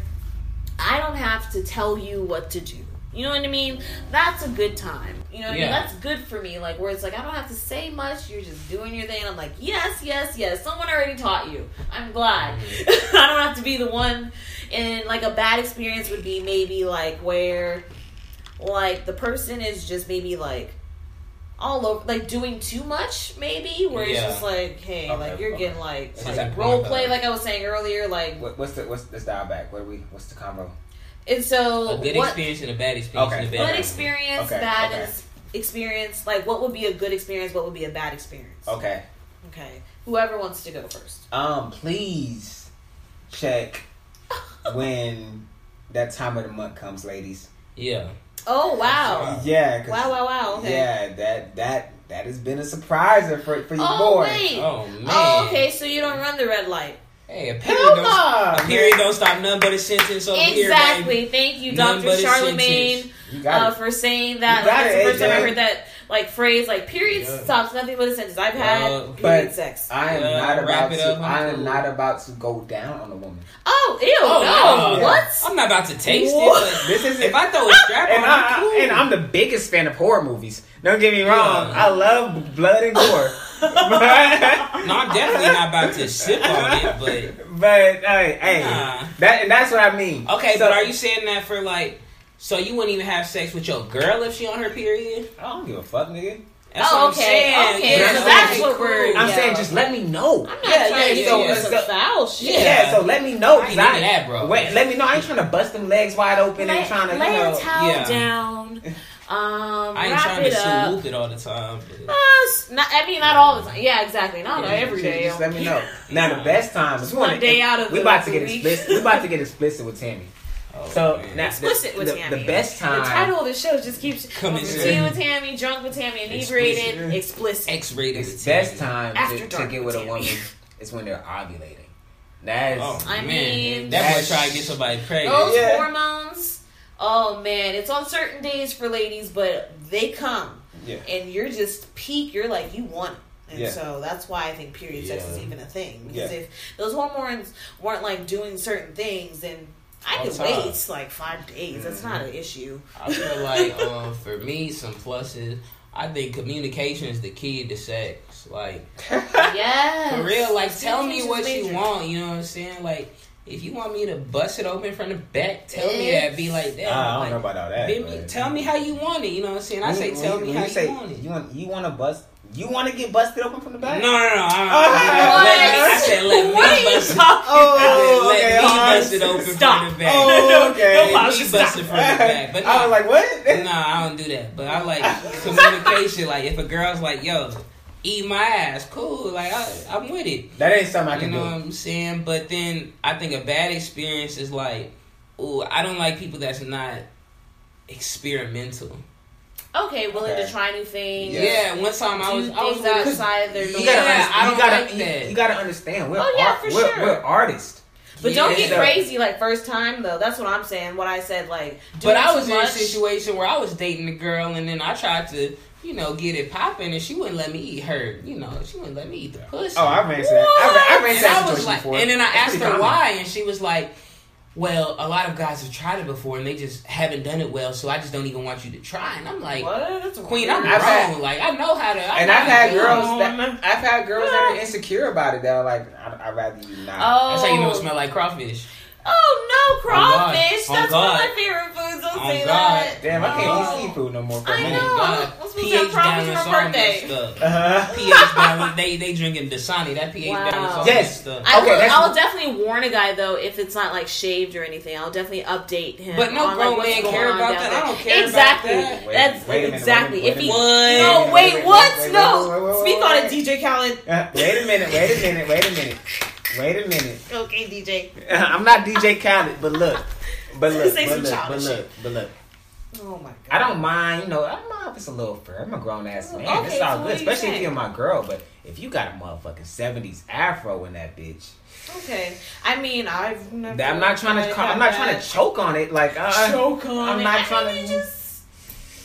Speaker 4: I don't have to tell you what to do. You know what I mean? That's a good time. You know what I
Speaker 2: Yeah.
Speaker 4: mean? That's good for me. Like where it's like I don't have to say much. You're just doing your thing. And I'm like, yes, yes, yes. Someone already taught you. I'm glad. <laughs> I don't have to be the one. And like a bad experience would be maybe like where, like the person is just maybe like. All over, like doing too much, maybe. Where it's
Speaker 2: Yeah.
Speaker 4: just like, hey,
Speaker 3: Okay,
Speaker 4: like you're
Speaker 3: okay.
Speaker 4: getting like,
Speaker 2: It's
Speaker 4: like,
Speaker 2: like
Speaker 4: role
Speaker 2: Pornhub.
Speaker 4: play, like I was saying earlier, like,
Speaker 3: What, what's the what's this dial back? What are we? What's the combo?
Speaker 4: and so
Speaker 2: a good
Speaker 4: what,
Speaker 2: experience and a bad experience.
Speaker 3: Okay.
Speaker 2: And a bad
Speaker 4: Good experience,
Speaker 3: Okay,
Speaker 4: bad
Speaker 3: okay.
Speaker 4: is- experience. Like, what would be a good experience? What would be a bad experience?
Speaker 3: Okay.
Speaker 4: Okay. Whoever wants to go first.
Speaker 3: Um, please
Speaker 4: <laughs>
Speaker 3: check when that time of the month comes, ladies.
Speaker 2: Yeah.
Speaker 4: Oh wow!
Speaker 3: Yeah. 'cause-
Speaker 4: Wow! Wow! Wow! Okay.
Speaker 3: Yeah. That that that has been a surpriser for for your
Speaker 4: Oh
Speaker 3: boy.
Speaker 4: wait! Oh,
Speaker 2: Oh man.
Speaker 4: okay. So you don't run the red light.
Speaker 2: Hey, a period,
Speaker 3: Hell
Speaker 2: don't,
Speaker 3: nah,
Speaker 2: a period don't stop nothing but a sentence over here,
Speaker 4: exactly.
Speaker 2: baby.
Speaker 4: Thank you,
Speaker 2: None
Speaker 4: Doctor
Speaker 2: but a
Speaker 4: Charlemagne,
Speaker 2: sentence.
Speaker 3: You
Speaker 4: uh,
Speaker 3: got it.
Speaker 4: for saying that.
Speaker 3: You got
Speaker 4: Like, that's
Speaker 3: it,
Speaker 4: the first time I
Speaker 3: AJ.
Speaker 4: heard that like phrase. Like, period
Speaker 2: Yeah.
Speaker 4: stops nothing but a sentence. I've had
Speaker 2: Uh,
Speaker 4: period
Speaker 3: but-
Speaker 4: sex.
Speaker 3: I am
Speaker 2: Uh,
Speaker 3: not
Speaker 2: wrap
Speaker 3: about
Speaker 2: it
Speaker 3: to.
Speaker 2: up, I'm
Speaker 3: I am
Speaker 2: cool.
Speaker 3: not about to go down on a woman.
Speaker 4: Oh ew!
Speaker 2: Oh,
Speaker 4: no!
Speaker 3: yeah.
Speaker 4: What?
Speaker 2: I'm not about to taste
Speaker 3: <laughs>
Speaker 4: What?
Speaker 2: it. But
Speaker 3: This is
Speaker 2: if I throw
Speaker 3: <laughs>
Speaker 2: a strap on,
Speaker 3: and I,
Speaker 2: I'm cool.
Speaker 3: and I'm the biggest fan of horror movies. Don't get me wrong.
Speaker 2: Yeah.
Speaker 3: I love blood and
Speaker 2: <laughs>
Speaker 3: gore. <laughs> but
Speaker 2: no, I'm definitely not about to sip on
Speaker 3: <laughs>
Speaker 2: it. But
Speaker 3: but hey, hey,
Speaker 2: Nah.
Speaker 3: that and that's what I mean.
Speaker 2: okay,
Speaker 3: So-
Speaker 2: but are you saying that for like? So you wouldn't even have sex with your girl if she on her period?
Speaker 3: I don't give a fuck, nigga.
Speaker 2: That's
Speaker 4: Oh,
Speaker 2: what I'm
Speaker 4: okay,
Speaker 2: saying.
Speaker 4: okay,
Speaker 2: Yeah,
Speaker 3: so
Speaker 2: I'm
Speaker 3: that's
Speaker 2: saying,
Speaker 4: what we're-
Speaker 3: I'm
Speaker 4: Yeah.
Speaker 3: saying just let me know.
Speaker 4: I'm not trying
Speaker 2: yeah,
Speaker 4: to do
Speaker 2: yeah,
Speaker 4: some
Speaker 3: so-
Speaker 4: foul shit.
Speaker 3: yeah. so let me know. 'cause
Speaker 2: I ain't into that, bro.
Speaker 3: Wait, let me know. I ain't trying to bust them legs wide open
Speaker 4: lay,
Speaker 3: and trying to, you
Speaker 4: lay
Speaker 3: know.
Speaker 4: a towel
Speaker 2: yeah.
Speaker 4: down. Um,
Speaker 2: I ain't
Speaker 4: wrap
Speaker 2: trying
Speaker 4: it
Speaker 2: to
Speaker 4: up.
Speaker 2: salute it all the time.
Speaker 4: Uh,
Speaker 2: But
Speaker 4: s- not, I mean, not all the time. Yeah, exactly. Not
Speaker 2: Yeah,
Speaker 4: every
Speaker 3: just-
Speaker 4: day.
Speaker 3: Just let me know. Now the best time is
Speaker 4: Just one
Speaker 3: when-
Speaker 4: day out of
Speaker 3: we
Speaker 4: the-
Speaker 3: about to
Speaker 4: the
Speaker 3: get
Speaker 4: week.
Speaker 3: explicit. We about to get explicit with Tammy.
Speaker 2: oh,
Speaker 3: So
Speaker 2: man.
Speaker 3: now
Speaker 4: Explicit
Speaker 3: the,
Speaker 4: with
Speaker 3: the,
Speaker 4: Tammy.
Speaker 3: the best
Speaker 4: The
Speaker 3: time.
Speaker 4: title of the show just
Speaker 3: <laughs>
Speaker 4: keeps
Speaker 2: Come
Speaker 4: tea
Speaker 2: in
Speaker 3: here.
Speaker 4: with Tammy, drunk with Tammy, inebriated, explicit.
Speaker 2: X-rated.
Speaker 3: It's
Speaker 2: with
Speaker 3: best
Speaker 2: Tammy.
Speaker 3: time
Speaker 4: After
Speaker 3: to, to
Speaker 4: dark
Speaker 3: get with a
Speaker 4: with
Speaker 3: woman
Speaker 4: Tammy.
Speaker 3: is when they're ovulating. That is
Speaker 2: Oh
Speaker 4: I
Speaker 2: man,
Speaker 4: mean- Oh.
Speaker 2: that boy trying to get somebody pregnant.
Speaker 4: Those
Speaker 3: Yeah.
Speaker 4: hormones. Oh man, it's on certain days for ladies, but they come,
Speaker 3: yeah.
Speaker 4: and you're just peak. You're like you want. it. And
Speaker 3: Yeah.
Speaker 4: so that's why I think period sex is
Speaker 2: Yeah.
Speaker 4: even a thing because
Speaker 3: Yeah.
Speaker 4: if those hormones weren't like doing certain things, then I
Speaker 2: All
Speaker 4: could
Speaker 2: the time. Mm-hmm.
Speaker 4: wait like five days. That's not an issue.
Speaker 2: I feel like um, for me, some pluses. I think communication is the key to sex. Like
Speaker 4: yes,
Speaker 2: for real, like tell me
Speaker 4: Communication's
Speaker 2: what
Speaker 4: major.
Speaker 2: you want. You know what I'm saying? Like if you want me to bust it open from the back, tell me that. Be like that.
Speaker 3: I don't
Speaker 2: like,
Speaker 3: know about all that.
Speaker 2: Baby,
Speaker 3: but-
Speaker 2: tell me how you want it. You know what I'm saying? I
Speaker 3: When-
Speaker 2: say,
Speaker 3: when
Speaker 2: tell
Speaker 3: you-
Speaker 2: me
Speaker 3: when
Speaker 2: how
Speaker 3: you
Speaker 2: you,
Speaker 3: say
Speaker 2: want it.
Speaker 3: You want you want to bust? You want to get busted open from the
Speaker 2: No,
Speaker 3: back?
Speaker 2: no, no. I,
Speaker 3: Oh,
Speaker 2: I, let me, I said, let me
Speaker 4: What are you
Speaker 2: bust it.
Speaker 4: talking
Speaker 3: Oh,
Speaker 2: let
Speaker 3: okay.
Speaker 2: me
Speaker 3: all right.
Speaker 2: bust it open
Speaker 4: Stop.
Speaker 2: from the back.
Speaker 3: Oh, <laughs> okay.
Speaker 2: Let me bust it from the back. But
Speaker 3: <laughs> I
Speaker 2: no.
Speaker 3: was like, what?
Speaker 2: no, I don't do that. But I like communication. Like if a girl's like, "Yo, eat my ass," cool. Like I, I'm with it.
Speaker 3: That ain't something I
Speaker 2: You
Speaker 3: can
Speaker 2: know what
Speaker 3: do.
Speaker 2: I'm saying? But then I think a bad experience is like, "Ooh, I don't like people that's not experimental."
Speaker 4: Okay, willing
Speaker 3: Okay.
Speaker 4: to try new things.
Speaker 3: Yeah.
Speaker 2: Yeah. one time I
Speaker 4: Do
Speaker 2: was, I was
Speaker 4: things
Speaker 2: with-
Speaker 4: outside of their
Speaker 2: You
Speaker 4: norm.
Speaker 3: You
Speaker 2: Yeah,
Speaker 3: gotta, understand-
Speaker 2: I
Speaker 3: you
Speaker 2: don't
Speaker 3: gotta,
Speaker 2: like
Speaker 3: you-
Speaker 2: that.
Speaker 3: You, gotta understand. We're
Speaker 4: Oh, yeah,
Speaker 3: art-
Speaker 4: for
Speaker 3: we're,
Speaker 4: sure.
Speaker 3: we're artists.
Speaker 4: But don't
Speaker 2: Yeah.
Speaker 4: get crazy like first time though. That's what I'm saying. What I said like.
Speaker 2: But
Speaker 4: doing
Speaker 2: I
Speaker 4: too
Speaker 2: was in a
Speaker 4: much-
Speaker 2: situation where I was dating a girl, and then I tried to, you know, get it popping, and she wouldn't let me eat her. You know, she wouldn't let me eat the pussy.
Speaker 3: Oh, I ran into that. I ran, I ran
Speaker 2: and
Speaker 3: into that
Speaker 2: I was
Speaker 3: situation
Speaker 2: like,
Speaker 3: before.
Speaker 2: and then I
Speaker 3: That's
Speaker 2: asked
Speaker 3: pretty
Speaker 2: her
Speaker 3: common.
Speaker 2: why, and she was like, "Well, a lot of guys have tried it before, and they just haven't done it well, so I just don't even want you to try." And I'm like,
Speaker 4: What? That's
Speaker 2: "Queen,
Speaker 4: weird.
Speaker 2: I'm
Speaker 3: I've had-
Speaker 2: wrong. like, I know how to." i
Speaker 3: And I've had girls
Speaker 4: on.
Speaker 3: that I've had girls that are insecure about it. That are like, I, I'd rather you not.
Speaker 4: Oh,
Speaker 2: That's how you know it smell like crawfish.
Speaker 4: Oh no,
Speaker 2: On God.
Speaker 4: crawfish!
Speaker 2: On
Speaker 4: That's one of
Speaker 2: God.
Speaker 4: my favorite foods. Don't
Speaker 2: On
Speaker 4: say
Speaker 2: God.
Speaker 4: that.
Speaker 3: Damn, I can't
Speaker 4: Oh.
Speaker 3: eat seafood no more. For a
Speaker 4: I
Speaker 3: minute.
Speaker 4: know.
Speaker 2: God,
Speaker 4: What's supposed to have
Speaker 2: pH
Speaker 4: crawfish
Speaker 2: balance
Speaker 4: for
Speaker 2: all
Speaker 4: birthday?
Speaker 2: messed up.
Speaker 3: Uh-huh.
Speaker 2: pH balance. They they drinking Dasani. That pH
Speaker 4: Wow.
Speaker 2: balance all
Speaker 3: Yes.
Speaker 2: messed up.
Speaker 4: I
Speaker 3: Okay,
Speaker 4: will,
Speaker 3: that's-
Speaker 4: I'll definitely warn a guy though if it's not like shaved or anything. I'll definitely update him.
Speaker 2: But no
Speaker 4: on,
Speaker 2: grown
Speaker 4: like, what's
Speaker 2: man
Speaker 4: going
Speaker 2: care
Speaker 4: on
Speaker 2: about
Speaker 4: down
Speaker 2: that.
Speaker 4: there.
Speaker 2: I don't care about
Speaker 4: exactly.
Speaker 2: that.
Speaker 3: Wait,
Speaker 4: That's
Speaker 3: wait a minute,
Speaker 4: exactly.
Speaker 3: wait a
Speaker 4: if he
Speaker 2: minute.
Speaker 4: no,
Speaker 3: Wait a
Speaker 4: wait,
Speaker 3: minute,
Speaker 4: what?
Speaker 3: wait, wait,
Speaker 4: no,
Speaker 3: wait, wait, wait,
Speaker 4: speak
Speaker 3: wait,
Speaker 4: on it,
Speaker 3: wait.
Speaker 4: DJ Khaled.
Speaker 3: Uh, wait a minute. Wait a minute. Wait a minute. Wait a minute.
Speaker 4: Okay, DJ.
Speaker 3: <laughs>
Speaker 4: <laughs>
Speaker 3: I'm not DJ Khaled, but look, but look,
Speaker 4: Say
Speaker 3: but
Speaker 4: some
Speaker 3: look, but
Speaker 4: childish
Speaker 3: look, but look.
Speaker 4: Oh my god. Oh,
Speaker 3: I don't mind, you know, I don't mind if it's a little fair. I'm a grown ass man.
Speaker 4: Okay,
Speaker 3: it's
Speaker 4: so
Speaker 3: all
Speaker 4: what
Speaker 3: good,
Speaker 4: are you
Speaker 3: especially if
Speaker 4: saying?
Speaker 3: you're my girl. But if you got a motherfucking seventies afro in that bitch,
Speaker 4: Okay. I mean, I've never.
Speaker 3: that- I'm not trying to,
Speaker 4: tried
Speaker 3: call, I'm not
Speaker 4: that.
Speaker 3: trying to choke on it. Like uh,
Speaker 4: choke on
Speaker 3: I'm
Speaker 4: it.
Speaker 3: not
Speaker 4: I
Speaker 3: trying
Speaker 4: mean,
Speaker 3: to-
Speaker 4: you just-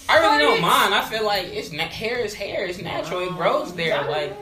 Speaker 2: I really
Speaker 4: But
Speaker 2: don't
Speaker 4: it's-
Speaker 2: mind. I feel like it's na- hair is hair. It's natural. It grows there. Like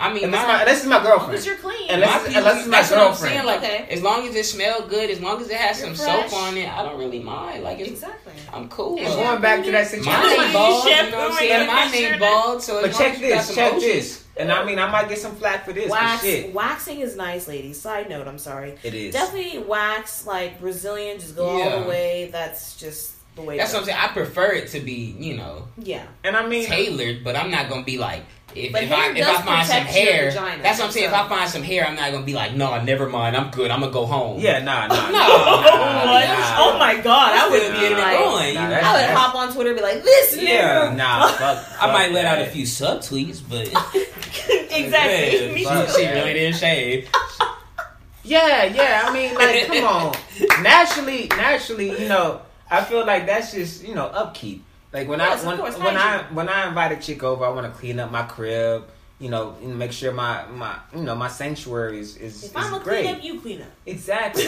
Speaker 2: I mean,
Speaker 3: If it's
Speaker 2: my-
Speaker 3: my, this is my
Speaker 4: As long as
Speaker 3: girlfriend.
Speaker 4: you're clean.
Speaker 3: And
Speaker 2: my
Speaker 3: unless-
Speaker 2: pee-
Speaker 3: unless it's my
Speaker 2: that's what I'm
Speaker 3: girlfriend.
Speaker 2: saying. Like
Speaker 4: Okay.
Speaker 2: as long as it smelled good, as long as it has some
Speaker 4: You're
Speaker 2: soap
Speaker 4: fresh.
Speaker 2: on it, I don't really mind. Like it's,
Speaker 4: exactly.
Speaker 2: I'm cool.
Speaker 4: It's
Speaker 2: with it.
Speaker 4: your-
Speaker 3: Going back to that
Speaker 2: My
Speaker 4: Mine-
Speaker 3: situation.
Speaker 2: name bald, you know
Speaker 4: shampoo
Speaker 2: what I'm
Speaker 4: and
Speaker 2: saying?
Speaker 4: you
Speaker 2: My
Speaker 4: make sure
Speaker 2: name
Speaker 4: that-
Speaker 2: bald, so as
Speaker 3: But
Speaker 2: long
Speaker 3: check
Speaker 2: as you got
Speaker 3: this,
Speaker 2: some
Speaker 3: check
Speaker 2: lotion-
Speaker 3: this. And I mean, I might get some flack for this, but
Speaker 4: Wax,
Speaker 3: shit,
Speaker 4: waxing is nice, ladies. Side note, I'm sorry.
Speaker 3: it is.
Speaker 4: Definitely wax like Brazilian, just go all
Speaker 2: Yeah.
Speaker 4: the way. That's just the way.
Speaker 2: That's
Speaker 4: it
Speaker 2: what I'm saying. I prefer it to be, you know,
Speaker 4: goes. yeah.
Speaker 3: And I mean,
Speaker 2: tailored, but I'm not gonna be like if,
Speaker 4: But
Speaker 2: if I
Speaker 4: hair
Speaker 2: if
Speaker 4: does
Speaker 2: I find some
Speaker 4: protect your
Speaker 2: hair.
Speaker 4: vagina,
Speaker 2: that's what I'm saying.
Speaker 4: so-
Speaker 2: If I find some hair, I'm not gonna be like, no, never mind. I'm good. I'm gonna go home.
Speaker 3: yeah,
Speaker 4: <laughs>
Speaker 3: nah, nah, nah,
Speaker 2: No.
Speaker 3: nah, nah,
Speaker 2: What?
Speaker 3: nah.
Speaker 4: Oh my god, I
Speaker 2: I
Speaker 4: would
Speaker 2: would
Speaker 3: Nah,
Speaker 2: be in
Speaker 4: be
Speaker 2: the
Speaker 4: like,
Speaker 2: going.
Speaker 3: nah,
Speaker 2: you
Speaker 3: that's-
Speaker 2: know?
Speaker 4: I would hop on Twitter and be like, this
Speaker 3: Yeah,
Speaker 4: nigga. <laughs>
Speaker 3: nah, fuck.
Speaker 2: I might
Speaker 3: fuck
Speaker 2: let out a
Speaker 3: that.
Speaker 2: few sub tweets, but
Speaker 4: <laughs> exactly.
Speaker 2: Yeah,
Speaker 4: Me
Speaker 2: fuck,
Speaker 4: too.
Speaker 3: shit.
Speaker 2: she really didn't shave.
Speaker 3: Yeah, yeah. I mean,
Speaker 4: <laughs>
Speaker 3: like, come on. Naturally, naturally, you know, I feel like that's just you know upkeep. Like when
Speaker 4: Yes, of
Speaker 3: I when,
Speaker 4: course,
Speaker 3: when I
Speaker 4: hygiene.
Speaker 3: when I invite a chick over, I want to clean up my crib. You know, and make sure my my you know my sanctuary is is, is
Speaker 4: If I'm gonna
Speaker 3: great.
Speaker 4: clean up, you clean up. <laughs>
Speaker 3: Exactly.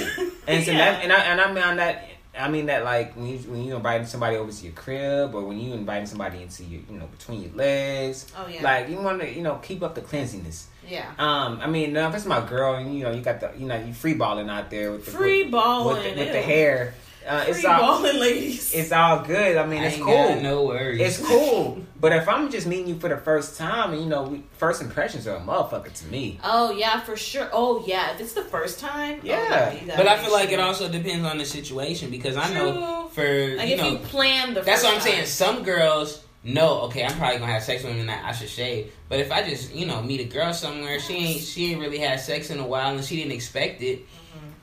Speaker 3: And so
Speaker 4: Yeah.
Speaker 3: that, and I and I mean on that I mean that like when you when you inviting somebody over to your crib or when you inviting somebody into your you know between your legs.
Speaker 4: Oh yeah,
Speaker 3: Like you want to you know keep up the cleanliness.
Speaker 4: yeah.
Speaker 3: Um, I mean, now if it's my girl, and you know, you got the, you know, you free balling out there with the
Speaker 4: Free
Speaker 3: with,
Speaker 4: balling
Speaker 3: with, the, with the
Speaker 4: ew.
Speaker 3: hair. Uh,
Speaker 4: Free
Speaker 3: it's all
Speaker 4: balling, ladies. <laughs>
Speaker 3: it's all good. I mean,
Speaker 2: I
Speaker 3: it's
Speaker 2: ain't
Speaker 3: cool.
Speaker 2: got No worries. <laughs>
Speaker 3: It's cool. But if I'm just meeting you for the first time, and you know, we, first impressions are a motherfucker to me.
Speaker 4: oh yeah, for sure. Oh yeah, if it's the first time. oh,
Speaker 3: Yeah.
Speaker 4: you gotta
Speaker 2: But I
Speaker 4: make
Speaker 2: feel like
Speaker 4: sure.
Speaker 2: it also depends on the situation because I know
Speaker 4: True.
Speaker 2: for
Speaker 4: Like
Speaker 2: you
Speaker 4: if
Speaker 2: know
Speaker 4: you plan the.
Speaker 2: that's
Speaker 4: first
Speaker 2: what I'm saying.
Speaker 4: time.
Speaker 2: Some girls know okay, I'm probably gonna have sex with him tonight. I should shave. But if I just you know meet a girl somewhere, she ain't she ain't really had sex in a while and she didn't expect it,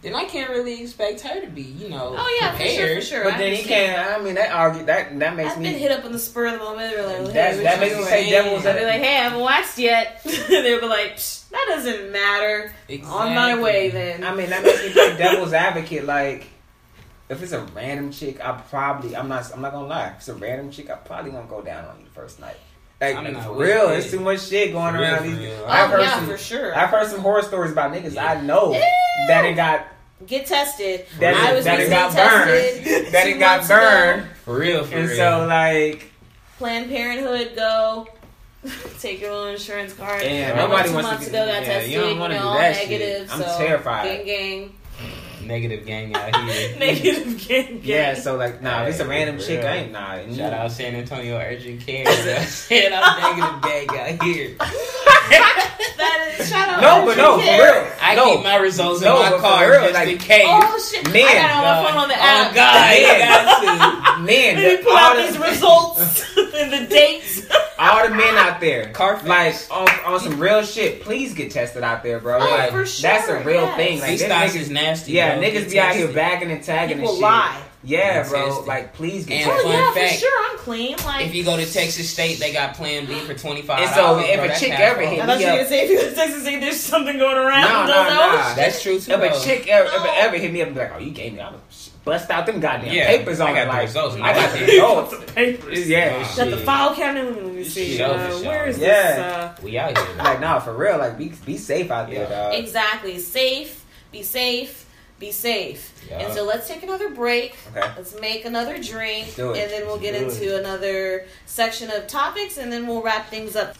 Speaker 2: then I can't really expect her to be you know
Speaker 4: Mm-hmm. Oh yeah, for sure, for
Speaker 2: prepared.
Speaker 4: sure.
Speaker 3: But
Speaker 4: I
Speaker 3: then you
Speaker 4: understand.
Speaker 3: can't. I mean, that argue that that makes
Speaker 4: I've
Speaker 3: me
Speaker 4: been hit up on the spur of the moment. They're like,
Speaker 3: That-
Speaker 4: hey,
Speaker 3: that
Speaker 4: what
Speaker 3: makes
Speaker 4: you doing?
Speaker 3: me say devil's
Speaker 4: I'll be like, hey, I haven't waxed yet. <laughs> They'll be like, Psh, that doesn't matter. On my way then.
Speaker 3: I mean, that makes me play devil's advocate. Like, if it's a random chick, I probably I'm not I'm not gonna lie. If it's a random chick, I probably won't go down on you the first night. Like
Speaker 2: I'm not
Speaker 3: for
Speaker 2: with
Speaker 3: real,
Speaker 2: it.
Speaker 3: it's too much shit going
Speaker 2: For real,
Speaker 3: around.
Speaker 2: for
Speaker 3: These,
Speaker 2: real.
Speaker 3: I've
Speaker 4: oh
Speaker 3: heard
Speaker 4: yeah,
Speaker 3: some
Speaker 4: for sure.
Speaker 3: I've heard some horror stories about niggas.
Speaker 2: Yeah.
Speaker 3: I know that it got
Speaker 4: <laughs> Get tested.
Speaker 3: that
Speaker 4: I
Speaker 3: it,
Speaker 4: was
Speaker 3: that
Speaker 4: recently
Speaker 3: it got
Speaker 4: tested
Speaker 3: burned <laughs> that
Speaker 4: two
Speaker 3: it got
Speaker 4: months ago.
Speaker 3: burned,
Speaker 2: For real, for
Speaker 3: and
Speaker 2: real.
Speaker 3: so like.
Speaker 4: Planned Parenthood, go. <laughs> Take your little insurance card.
Speaker 3: Yeah,
Speaker 4: I went
Speaker 2: nobody
Speaker 4: two
Speaker 3: wants to
Speaker 4: months
Speaker 3: get-
Speaker 4: ago, got
Speaker 3: yeah,
Speaker 4: tested.
Speaker 3: you
Speaker 4: You
Speaker 3: don't
Speaker 4: know,
Speaker 3: wanna do
Speaker 4: all
Speaker 3: that shit.
Speaker 4: negative.
Speaker 3: I'm
Speaker 4: so,
Speaker 3: terrified.
Speaker 4: Gang, gang. <laughs>
Speaker 2: Negative gang out here.
Speaker 4: Negative gang, gang.
Speaker 3: Yeah, so like, nah, if it's a
Speaker 2: Hey,
Speaker 3: random
Speaker 2: for
Speaker 3: chick,
Speaker 2: real.
Speaker 3: I ain't nah. and
Speaker 2: Shout
Speaker 3: you-
Speaker 2: out San Antonio Urgent Care. bro. Shit,
Speaker 4: <laughs>
Speaker 2: I'm negative gang out here.
Speaker 4: <laughs> that is, shout out.
Speaker 3: No, but no, for
Speaker 4: Urgent Care.
Speaker 3: real.
Speaker 2: I
Speaker 3: no,
Speaker 2: keep my results
Speaker 3: No,
Speaker 2: in
Speaker 3: but
Speaker 2: my
Speaker 3: for
Speaker 2: car
Speaker 3: real,
Speaker 2: just
Speaker 3: like-
Speaker 2: in case.
Speaker 4: Oh, shit. I
Speaker 3: Man, uh,
Speaker 4: got it on my
Speaker 2: dog.
Speaker 4: phone on the app.
Speaker 2: Oh God, you
Speaker 3: Yeah.
Speaker 2: got to.
Speaker 3: men,
Speaker 4: And he
Speaker 3: the-
Speaker 4: put
Speaker 3: all
Speaker 4: out
Speaker 3: the-
Speaker 4: these results <laughs> and the dates. <laughs>
Speaker 3: all the men out there,
Speaker 2: Carfax.
Speaker 3: like on, on some real shit. Please get tested out there, bro.
Speaker 4: Oh,
Speaker 3: like
Speaker 4: for
Speaker 3: that's
Speaker 4: sure,
Speaker 3: a real
Speaker 4: yes.
Speaker 3: thing. Like
Speaker 2: These
Speaker 3: this
Speaker 2: thoughts
Speaker 3: niggas-
Speaker 2: is nasty.
Speaker 3: yeah,
Speaker 2: bro.
Speaker 3: niggas
Speaker 2: Get
Speaker 3: be out here
Speaker 2: tested.
Speaker 3: bagging and tagging
Speaker 4: People
Speaker 3: and shit.
Speaker 4: lie.
Speaker 3: Yeah,
Speaker 2: Get
Speaker 3: bro.
Speaker 2: tested.
Speaker 3: Like please get
Speaker 2: And
Speaker 3: tested.
Speaker 4: Oh
Speaker 2: Fun
Speaker 4: yeah, for
Speaker 2: fact.
Speaker 4: sure. I'm clean. Like
Speaker 2: If you go to Texas State, they got Plan B for twenty five.
Speaker 3: And so, if a chick ever
Speaker 4: I
Speaker 3: hit-
Speaker 4: thought you were
Speaker 3: Yeah.
Speaker 4: gonna say if you go to Texas, say there's something going
Speaker 3: No,
Speaker 4: around.
Speaker 3: no,
Speaker 4: Those- oh,
Speaker 3: no.
Speaker 4: shit.
Speaker 2: that's true too.
Speaker 3: If
Speaker 2: though.
Speaker 3: a chick ever, ever,
Speaker 4: No.
Speaker 3: ever hit me up and be like, "Oh, you gave me," I'm gonna bust out them goddamn
Speaker 2: Yeah,
Speaker 3: papers on
Speaker 2: I got
Speaker 3: it,
Speaker 2: the
Speaker 3: like,
Speaker 2: results,
Speaker 3: I
Speaker 4: <laughs>
Speaker 3: got
Speaker 2: man.
Speaker 3: the results.
Speaker 4: The papers.
Speaker 3: yeah,
Speaker 2: Nah.
Speaker 3: shit.
Speaker 4: Shut the file cabinet. Let me see.
Speaker 2: Shit,
Speaker 4: Uh,
Speaker 2: shit.
Speaker 4: where is
Speaker 3: Yeah.
Speaker 4: this?
Speaker 2: we out here. bro.
Speaker 3: Like, nah, for real. Like, be be safe out there,
Speaker 2: Yeah.
Speaker 4: Uh,
Speaker 3: dog.
Speaker 4: exactly. Safe. Be safe. Be safe.
Speaker 2: Yeah.
Speaker 4: And so let's take another break.
Speaker 3: Okay.
Speaker 4: Let's make another drink,
Speaker 3: Let's do it.
Speaker 4: and then we'll get
Speaker 2: Let's do
Speaker 4: into another section of topics, and then we'll wrap things up.